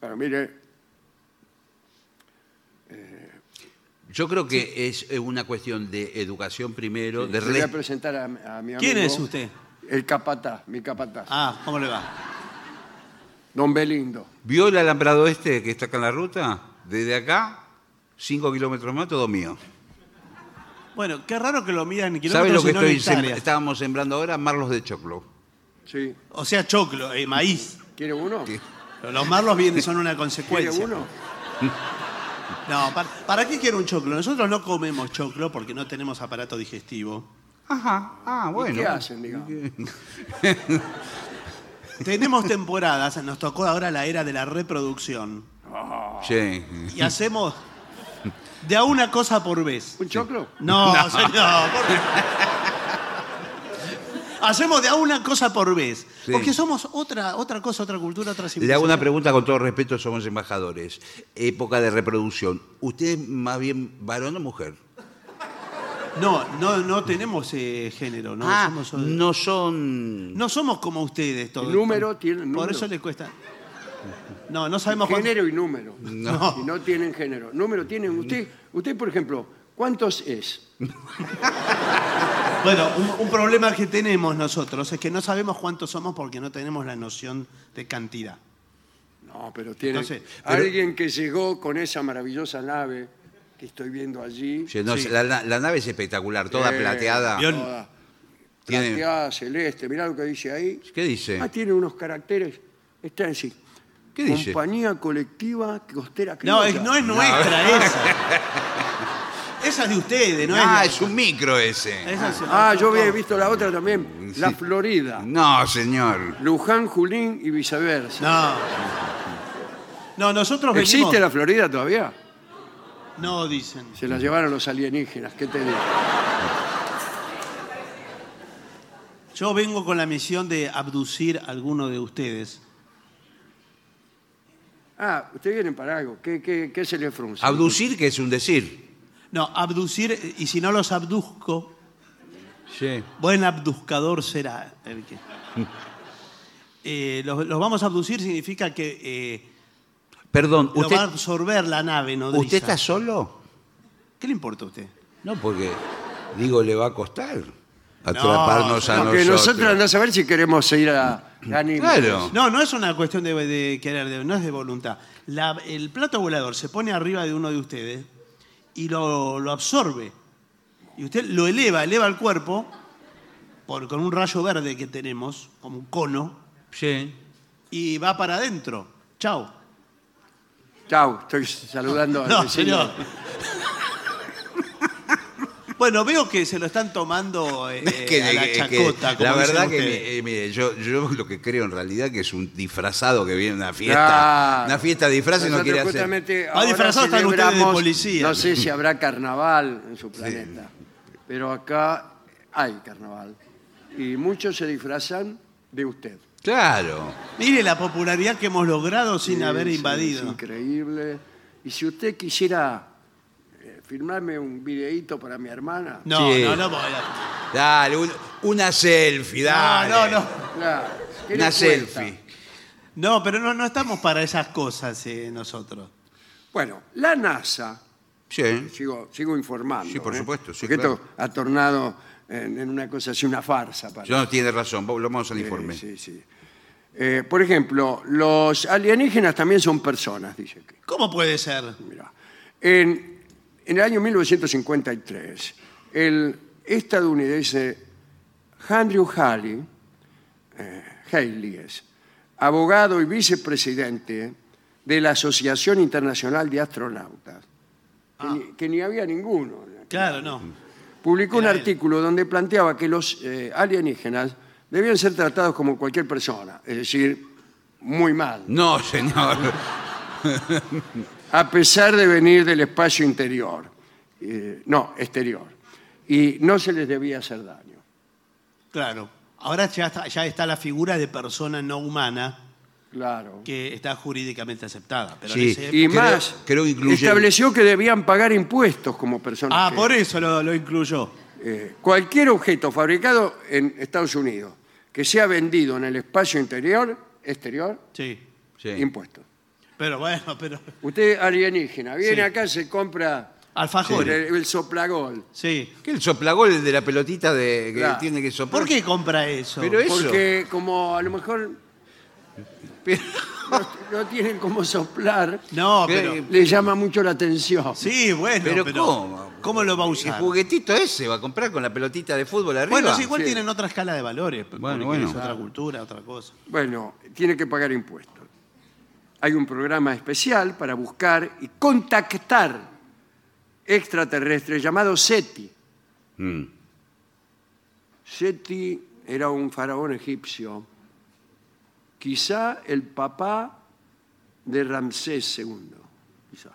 Speaker 2: Bueno, mire,
Speaker 4: Yo creo que es eh, una cuestión de educación primero, de
Speaker 2: le voy a
Speaker 4: re-
Speaker 2: presentar a, a mi amigo.
Speaker 3: ¿Quién es usted?
Speaker 2: El capataz, mi capataz,
Speaker 3: Ah, ¿cómo le va?
Speaker 2: don Belindo.
Speaker 4: ¿Vio el alambrado este que está acá en la ruta? Desde acá, 5 kilómetros más, todo mío.
Speaker 3: Bueno, qué raro que lo midan en
Speaker 4: ¿Sabe
Speaker 3: kilómetros
Speaker 4: lo que
Speaker 3: y no en
Speaker 4: estoy sem-
Speaker 3: hectáreas.
Speaker 4: estábamos sembrando ahora? Marlos de choclo.
Speaker 2: Sí.
Speaker 3: O sea, choclo, eh, maíz.
Speaker 2: ¿Quiere uno?
Speaker 3: Los marlos vienen, son una
Speaker 2: ¿Quiere
Speaker 3: consecuencia.
Speaker 2: uno?
Speaker 3: No, ¿para, ¿para qué quiero un choclo? Nosotros no comemos choclo porque no tenemos aparato digestivo.
Speaker 4: Ajá, ah, bueno.
Speaker 2: ¿Qué hacen, digamos?
Speaker 3: Tenemos temporadas, nos tocó ahora la era de la reproducción.
Speaker 4: Sí.
Speaker 3: Y hacemos de a una cosa por vez.
Speaker 2: ¿Un choclo?
Speaker 3: No,
Speaker 4: *laughs*
Speaker 3: señor. por- Hacemos de a una cosa por vez.
Speaker 4: Sí.
Speaker 3: Porque somos otra, otra cosa, otra cultura, otra civilización.
Speaker 4: Le hago una pregunta con todo respeto, somos embajadores. Época de reproducción. ¿Usted es más bien varón o mujer?
Speaker 3: No, no, no tenemos eh, género. No,
Speaker 4: ah,
Speaker 3: somos, eh,
Speaker 4: no son...
Speaker 3: no somos como ustedes todos.
Speaker 2: El número tiene el
Speaker 3: Por
Speaker 2: número.
Speaker 3: eso le cuesta. No, no sabemos cuánto-
Speaker 2: Género y número.
Speaker 3: No.
Speaker 2: Si no tienen género. Número tienen usted. Usted, por ejemplo, ¿cuántos es?
Speaker 3: Bueno, un, un problema que tenemos nosotros es que no sabemos cuántos somos porque no tenemos la noción de cantidad.
Speaker 2: No, pero tiene.
Speaker 3: No sé,
Speaker 2: Alguien que llegó con esa maravillosa nave que estoy viendo allí.
Speaker 4: Sí, no,
Speaker 3: Sí.
Speaker 4: La, la- la nave es espectacular, toda
Speaker 2: Eh,
Speaker 4: plateada.
Speaker 3: Yo-
Speaker 2: toda
Speaker 4: Tiene-
Speaker 2: Plateada, celeste. Mirá lo que dice ahí.
Speaker 4: ¿Qué dice?
Speaker 2: Ah, tiene unos caracteres. Está así.
Speaker 4: ¿Qué dice?
Speaker 2: Compañía colectiva costera
Speaker 3: No,
Speaker 2: Criolla.
Speaker 3: es, no
Speaker 2: *laughs*
Speaker 3: es nuestra esa. Esa es de ustedes, no
Speaker 4: ah,
Speaker 3: es
Speaker 4: es un micro ese.
Speaker 3: nuestra. Esa es-
Speaker 2: Ah, yo había visto la otra también.
Speaker 3: Mm,
Speaker 2: La
Speaker 4: Sí.
Speaker 2: Florida.
Speaker 4: No, señor.
Speaker 2: Luján, Julín y viceversa.
Speaker 3: No. No, nosotros venimos...
Speaker 2: ¿Existe la Florida todavía?
Speaker 3: No, dicen.
Speaker 2: Se la llevaron los alienígenas. ¿Qué te digo?
Speaker 3: Yo vengo con la misión de abducir a alguno de ustedes.
Speaker 2: Ah, ustedes vienen para algo. ¿Qué, qué, qué se le frunce?
Speaker 4: Abducir, que es un decir.
Speaker 3: No, abducir, eh, y si no los abduzco,
Speaker 4: Sí.
Speaker 3: buen abduzcador será
Speaker 2: *laughs*
Speaker 3: el que... Eh, los, los vamos a abducir significa que eh,
Speaker 4: Perdón,
Speaker 3: lo
Speaker 4: ¿usted,
Speaker 3: va a absorber la nave nodriza.
Speaker 4: ¿usted está solo?
Speaker 3: ¿Qué le importa a usted?
Speaker 4: No, porque, digo, le va a costar atraparnos a
Speaker 2: Porque
Speaker 4: nosotros.
Speaker 2: nosotros andamos a ver si queremos ir a Ganímedes.
Speaker 4: Claro.
Speaker 3: No, no es una cuestión de, de querer, de- no es de voluntad. La- el plato volador se pone arriba de uno de ustedes y lo, lo absorbe. Y usted lo eleva, eleva el cuerpo por, con un rayo verde que tenemos, como un cono,
Speaker 4: Sí.
Speaker 3: y va para adentro. Chao.
Speaker 2: Chau, estoy saludando al
Speaker 3: No,
Speaker 2: vecino.
Speaker 3: señor. *laughs* Bueno, veo que se lo están tomando eh,
Speaker 4: Es que-
Speaker 3: a la
Speaker 4: es que-
Speaker 3: chacota. como
Speaker 4: la
Speaker 3: dicen
Speaker 4: verdad que
Speaker 3: ustedes.
Speaker 4: mi- eh, mire, yo, yo lo que creo en realidad que es un disfrazado que viene a una fiesta,
Speaker 2: Claro.
Speaker 4: una fiesta de disfraz y no
Speaker 2: Nosotros
Speaker 4: quiere hacer.
Speaker 2: justamente
Speaker 3: Ah,
Speaker 2: ahora
Speaker 3: disfrazados están ustedes de
Speaker 2: celebramos-
Speaker 3: policía.
Speaker 2: No sé si habrá carnaval en su planeta, pero acá hay carnaval. Y muchos se disfrazan de usted.
Speaker 4: Claro.
Speaker 3: Mire la popularidad que hemos logrado sin haber
Speaker 2: Es- Es
Speaker 3: invadido.
Speaker 2: increíble. Y si usted quisiera eh, firmarme un videíto para mi hermana,
Speaker 3: No,
Speaker 4: Sí.
Speaker 3: no, no, voy a-
Speaker 4: Dale, un- una selfie, dale.
Speaker 3: No, no, no.
Speaker 2: claro, ¿qué le
Speaker 4: Una
Speaker 2: cuesta?
Speaker 4: selfie.
Speaker 3: No, pero no, no estamos para esas cosas eh, nosotros.
Speaker 2: Bueno, la NASA,
Speaker 4: Sí.
Speaker 2: sigo, sigo informando.
Speaker 4: Sí, por
Speaker 2: ¿eh?
Speaker 4: supuesto, sí,
Speaker 2: Porque esto
Speaker 4: claro.
Speaker 2: ha tornado en, en una cosa así, una farsa. Para,
Speaker 4: Yo no tiene razón, vos- lo vamos al informe.
Speaker 2: Sí, sí. Eh, por ejemplo, los alienígenas también son personas, dice que.
Speaker 3: ¿Cómo puede ser?
Speaker 2: Mirá. En, en el año 1953, el estadounidense Andrew Haley, eh, Haley es, abogado y vicepresidente de la Asociación Internacional de Astronautas, que, ni, que ni había ninguno.
Speaker 3: Claro, no.
Speaker 2: Publicó un
Speaker 3: Era él.
Speaker 2: artículo donde planteaba que los eh, alienígenas debían ser tratados como cualquier persona, es decir, muy mal
Speaker 4: No,
Speaker 3: *laughs*
Speaker 4: señor.
Speaker 2: a pesar de venir del espacio interior, eh, no, exterior, y no se les debía hacer daño.
Speaker 3: Claro. Ahora ya está, ya está la figura de persona no humana
Speaker 2: Claro.
Speaker 3: que está jurídicamente aceptada. Pero en
Speaker 4: Sí.
Speaker 3: ese-
Speaker 2: Y
Speaker 4: Creo-
Speaker 2: más,
Speaker 4: creo que incluye-
Speaker 2: estableció que debían pagar impuestos como personas.
Speaker 3: Ah,
Speaker 2: que-
Speaker 4: e-
Speaker 3: por eso lo, lo incluyó.
Speaker 2: eh, cualquier objeto fabricado en Estados Unidos que sea vendido en el espacio interior, exterior,
Speaker 3: Sí.
Speaker 4: Sí.
Speaker 2: impuestos.
Speaker 3: Pero bueno, pero.
Speaker 2: Usted alienígena, viene
Speaker 3: Sí.
Speaker 2: acá, se compra el,
Speaker 3: Alfajores.
Speaker 2: el soplagol.
Speaker 3: Sí.
Speaker 4: ¿Qué el soplagol de la pelotita de, que
Speaker 2: Claro.
Speaker 4: tiene que soplar?
Speaker 3: ¿Por qué compra eso?
Speaker 4: Pero es- Eso.
Speaker 2: Porque como a lo mejor
Speaker 4: *laughs* Pero-
Speaker 2: no, no tienen cómo soplar,
Speaker 3: No,
Speaker 4: ¿Qué?
Speaker 3: pero.
Speaker 2: le llama mucho la atención.
Speaker 3: Sí, bueno, pero.
Speaker 4: Pero ¿cómo?
Speaker 3: lo va a
Speaker 4: El
Speaker 3: usar?
Speaker 4: juguetito ese va a comprar con la pelotita de fútbol arriba.
Speaker 3: Bueno, sí, igual
Speaker 2: Sí.
Speaker 3: tienen otra escala de valores. Bueno,
Speaker 4: bueno.
Speaker 3: Es otra cultura, otra cosa.
Speaker 2: Bueno, tiene que pagar impuestos. hay un programa especial para buscar y contactar extraterrestres llamado SETI.
Speaker 4: Mm.
Speaker 2: Seti era un faraón egipcio, quizá el papá de Ramsés II, quizá.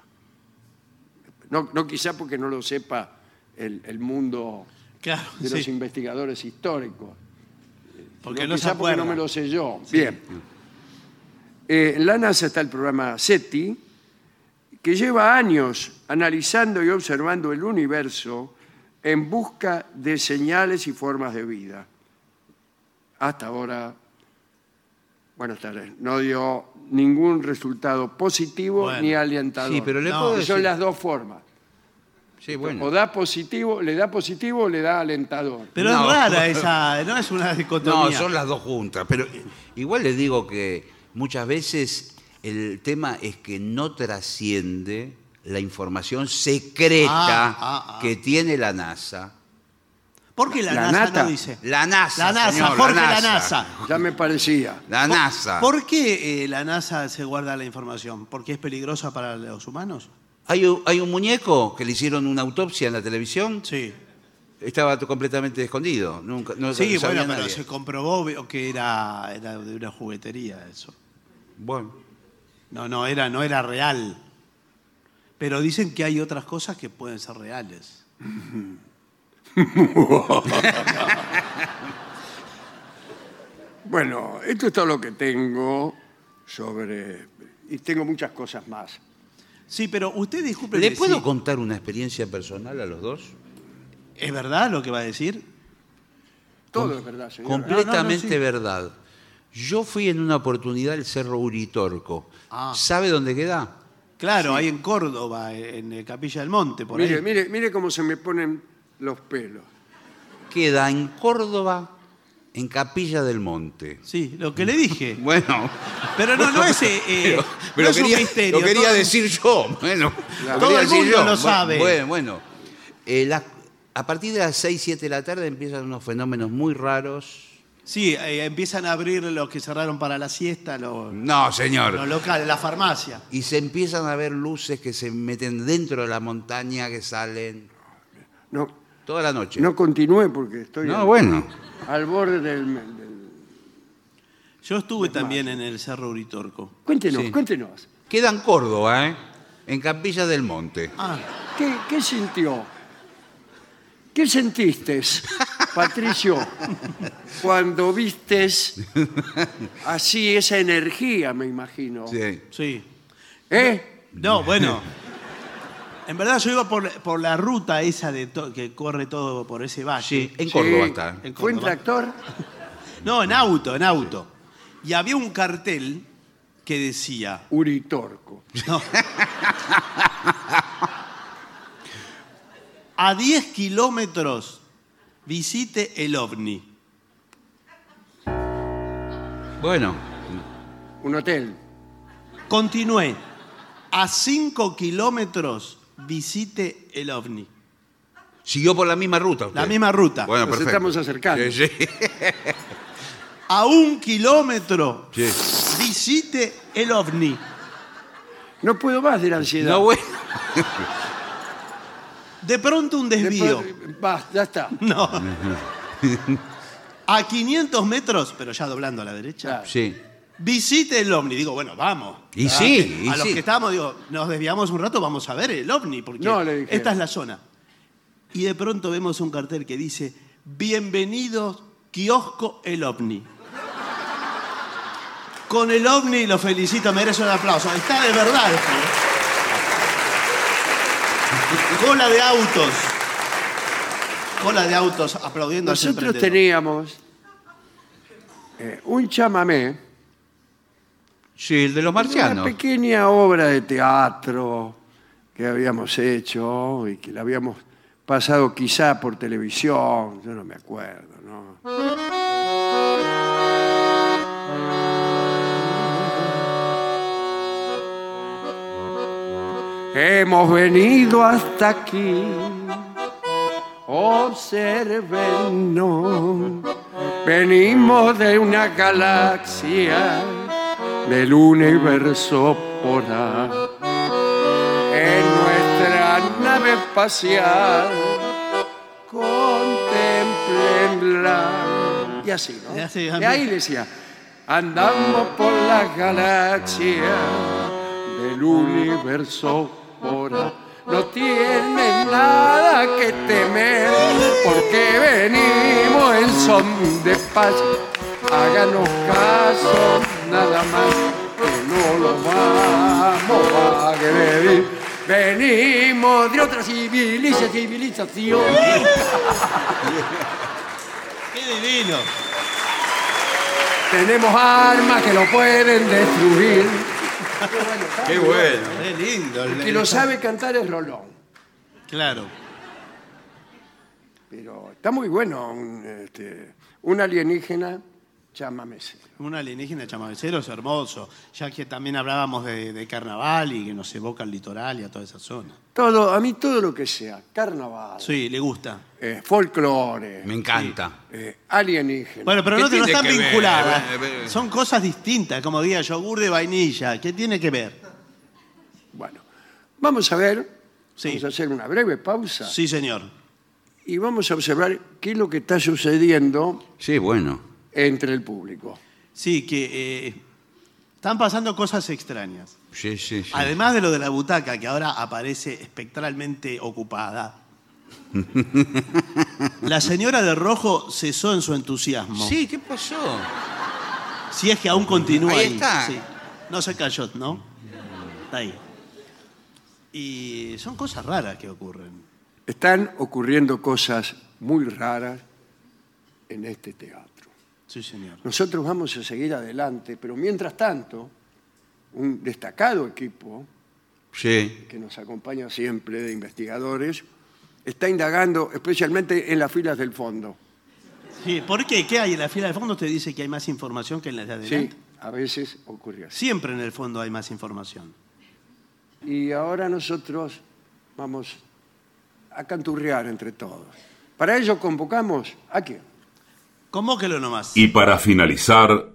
Speaker 2: No, no quizá porque no lo sepa el, el mundo
Speaker 3: Claro,
Speaker 2: de los
Speaker 3: sí,
Speaker 2: investigadores históricos.
Speaker 3: porque
Speaker 2: No,
Speaker 3: no, se
Speaker 2: quizá porque
Speaker 3: acuerda.
Speaker 2: no me lo sé yo. Bien. Eh, en la NASA está el programa SETI, que lleva años analizando y observando el universo en busca de señales y formas de vida. Hasta ahora, buenas tardes, no dio ningún resultado positivo
Speaker 3: Bueno.
Speaker 2: ni alentador.
Speaker 4: Sí, pero le
Speaker 3: No,
Speaker 4: puedo
Speaker 2: Porque
Speaker 4: decir.
Speaker 2: son las dos formas.
Speaker 4: Sí, bueno.
Speaker 2: O da positivo, le da positivo o le da alentador.
Speaker 3: Pero
Speaker 4: No.
Speaker 3: es rara esa, no es una
Speaker 4: No,
Speaker 3: dicotomía.
Speaker 4: son las dos juntas. Pero igual les digo que muchas veces el tema es que no trasciende la información secreta
Speaker 3: Ah, ah, ah.
Speaker 4: que tiene la NASA.
Speaker 3: ¿Por qué la,
Speaker 2: La
Speaker 3: NASA
Speaker 2: nata.
Speaker 3: no dice?
Speaker 4: La NASA.
Speaker 3: La NASA,
Speaker 4: señor,
Speaker 3: Jorge, la
Speaker 4: NASA.
Speaker 3: NASA.
Speaker 2: Ya me parecía.
Speaker 4: La NASA.
Speaker 3: ¿Por qué eh, la NASA se guarda la información? ¿Porque es peligrosa para los humanos?
Speaker 4: Hay, un, hay un muñeco que le hicieron una autopsia en la televisión.
Speaker 3: Sí.
Speaker 4: Estaba to- completamente escondido. Nunca, no
Speaker 3: Sí,
Speaker 4: lo sabía
Speaker 3: bueno, pero
Speaker 4: nadie.
Speaker 3: se comprobó obvio, que era, era de una juguetería eso.
Speaker 4: Bueno.
Speaker 3: No, no era, no era real. Pero dicen que hay otras cosas que pueden ser reales.
Speaker 2: Bueno, esto es todo lo que tengo sobre... Y tengo muchas cosas más.
Speaker 3: Sí, pero usted disculpe.
Speaker 4: ¿Le
Speaker 3: que
Speaker 4: puedo
Speaker 3: sí.
Speaker 4: contar una experiencia personal a los dos?
Speaker 3: ¿Es verdad lo que va a decir?
Speaker 2: Todo es verdad, señora.
Speaker 4: Completamente
Speaker 3: No, no, no, sí.
Speaker 4: verdad. Yo fui en una oportunidad al Cerro Uritorco.
Speaker 3: Ah.
Speaker 4: ¿Sabe dónde queda?
Speaker 3: Claro, ahí en Córdoba, en eh, Capilla del Monte, por
Speaker 2: mire,
Speaker 3: ahí.
Speaker 2: mire, mire cómo se me ponen los pelos.
Speaker 4: Queda en Córdoba, en Capilla del Monte.
Speaker 3: Sí, lo que le dije.
Speaker 4: Bueno,
Speaker 3: Pero no, no es, eh, eh,
Speaker 4: *laughs* pero,
Speaker 3: no
Speaker 4: pero
Speaker 3: es un
Speaker 4: quería,
Speaker 3: misterio.
Speaker 4: lo quería
Speaker 3: Todo-
Speaker 4: decir yo. Bueno,
Speaker 2: Claro.
Speaker 4: lo quería
Speaker 3: Todo el
Speaker 4: decir
Speaker 3: mundo
Speaker 4: yo.
Speaker 3: lo
Speaker 4: Bu-
Speaker 3: sabe.
Speaker 4: Bueno, bueno. Eh, la- a partir de las 6, 7 de la tarde empiezan unos fenómenos muy raros.
Speaker 3: Sí, eh, empiezan a abrir los que cerraron para la siesta, los,
Speaker 4: No, señor.
Speaker 3: los locales, la farmacia.
Speaker 4: y se empiezan a ver luces que se meten dentro de la montaña, que salen
Speaker 2: No,
Speaker 4: toda la noche.
Speaker 2: no continúe porque estoy
Speaker 4: No,
Speaker 2: al,
Speaker 4: bueno.
Speaker 2: al borde del... del-
Speaker 3: Yo estuve también en el Cerro Uritorco.
Speaker 2: Cuéntenos,
Speaker 4: Sí.
Speaker 2: cuéntenos.
Speaker 4: Queda en Córdoba, ¿eh? En Capilla del Monte.
Speaker 3: Ah,
Speaker 2: ¿Qué, qué sintió? ¿Qué sentiste, Patricio, cuando vistes así esa energía, me imagino?
Speaker 4: Sí.
Speaker 3: sí.
Speaker 2: ¿Eh?
Speaker 3: No,
Speaker 4: *laughs*
Speaker 3: bueno. En verdad yo iba por, por la ruta esa de to- que corre todo por ese valle.
Speaker 4: Ah, Sí, en Córdoba
Speaker 2: Sí.
Speaker 4: está.
Speaker 3: En
Speaker 2: ¿Fue en
Speaker 3: Córdoba.
Speaker 2: tractor?
Speaker 3: No, en auto, en auto. Y había un cartel que decía,
Speaker 2: Uritorco.
Speaker 3: a 10 kilómetros visite el ovni.
Speaker 4: Bueno,
Speaker 2: Un hotel.
Speaker 3: Continué, a 5 kilómetros visite el ovni.
Speaker 4: siguió por la misma ruta. usted.
Speaker 3: La misma ruta.
Speaker 4: Bueno,
Speaker 2: Nos
Speaker 4: perfecto.
Speaker 2: estamos acercando.
Speaker 4: Sí, sí.
Speaker 3: A un kilómetro
Speaker 4: Sí.
Speaker 3: visite el ovni.
Speaker 2: No puedo más de la ansiedad.
Speaker 4: No, bueno.
Speaker 3: De pronto un desvío.
Speaker 2: Después- Basta, ya
Speaker 4: *laughs*
Speaker 2: está.
Speaker 3: No. A 500 metros, pero ya doblando a la derecha,
Speaker 2: Ya.
Speaker 4: Sí.
Speaker 3: visite el ovni. Digo, bueno, vamos. Ah,
Speaker 4: Y sí, y
Speaker 3: a los
Speaker 4: sí.
Speaker 3: que estábamos, digo, nos desviamos un rato, vamos a ver el ovni, porque
Speaker 2: No, le dije.
Speaker 3: esta es la zona. Y de pronto vemos un cartel que dice, bienvenidos, kiosco el ovni. Con el ovni lo felicito, merece un aplauso. Está de verdad. esto. Cola de autos. Cola de autos aplaudiendo a
Speaker 2: Nosotros
Speaker 3: ese emprendedor.
Speaker 2: teníamos eh, un chamamé,
Speaker 4: Sí, el de los
Speaker 2: una
Speaker 4: marcianos.
Speaker 2: pequeña obra de teatro que habíamos hecho y que la habíamos pasado quizá por televisión, yo no me acuerdo, ¿no? Hemos venido hasta aquí, observenos, venimos de una galaxia del universo polar. En nuestra nave espacial contemplenla. Y así, ¿no?
Speaker 3: Y así,
Speaker 2: y
Speaker 3: también.
Speaker 2: ahí decía, andamos por la galaxia del universo polar. No tienes nada que temer, porque venimos en son de paz. Háganos caso, nada más, que no lo vamos a querer. Venimos de otra civiliza- civilización.
Speaker 5: ¡Qué divino!
Speaker 2: Tenemos armas que lo pueden destruir.
Speaker 6: Qué bueno.
Speaker 5: ¡Qué lindo!
Speaker 2: El que lo sabe cantar es Rolón.
Speaker 5: Claro.
Speaker 2: Pero está muy bueno un, este, un alienígena, llámame.
Speaker 3: Un alienígena chamamecero es hermoso, ya que también hablábamos de, de carnaval y que nos evoca al litoral y a toda esa zona.
Speaker 2: Todo, a mí todo lo que sea, carnaval,
Speaker 3: Sí, le gusta.
Speaker 2: eh, folclore,
Speaker 4: Me encanta.
Speaker 2: eh, alienígena.
Speaker 3: Bueno, pero
Speaker 6: ¿Qué
Speaker 3: no, te- no
Speaker 6: tiene
Speaker 3: están
Speaker 6: que ver?
Speaker 3: vinculadas.
Speaker 6: Eh, eh, eh.
Speaker 3: Son cosas distintas, como diga yogur de vainilla. ¿Qué tiene que ver?
Speaker 2: Bueno, vamos a ver,
Speaker 3: Sí.
Speaker 2: vamos a hacer una breve pausa
Speaker 3: Sí, señor.
Speaker 2: y vamos a observar qué es lo que está sucediendo
Speaker 4: Sí, bueno.
Speaker 2: entre el público.
Speaker 3: Sí, que eh, están pasando cosas extrañas.
Speaker 4: Sí, sí, sí.
Speaker 3: Además de lo de la butaca, que ahora aparece espectralmente
Speaker 6: *laughs*
Speaker 3: ocupada. La señora de rojo cesó en su entusiasmo.
Speaker 4: Sí, ¿qué pasó?
Speaker 3: Si es que aún continúa
Speaker 4: Ahí
Speaker 3: ahí.
Speaker 4: está.
Speaker 3: Sí. No se cayó, ¿no? Está ahí. Y son cosas raras que ocurren.
Speaker 2: Están ocurriendo cosas muy raras en este teatro.
Speaker 3: Sí, señor.
Speaker 2: Nosotros vamos a seguir adelante, pero mientras tanto, un destacado equipo
Speaker 4: Sí.
Speaker 2: que nos acompaña siempre de investigadores está indagando especialmente en las filas del fondo.
Speaker 3: Sí, ¿Por qué? ¿Qué hay? En la fila de fondo te dice que hay más información que en la de
Speaker 2: Sí,
Speaker 3: adelante.
Speaker 2: a veces ocurre así.
Speaker 3: Siempre en el fondo hay más información.
Speaker 2: Y ahora nosotros vamos a canturrear entre todos. Para ello convocamos a quién?
Speaker 3: Convóquelo nomás.
Speaker 7: Y para finalizar,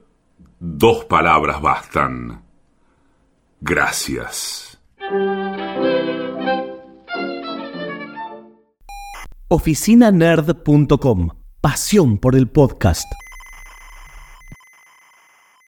Speaker 7: dos palabras bastan. Gracias.
Speaker 5: Oficinanerd.com. Pasión por el podcast.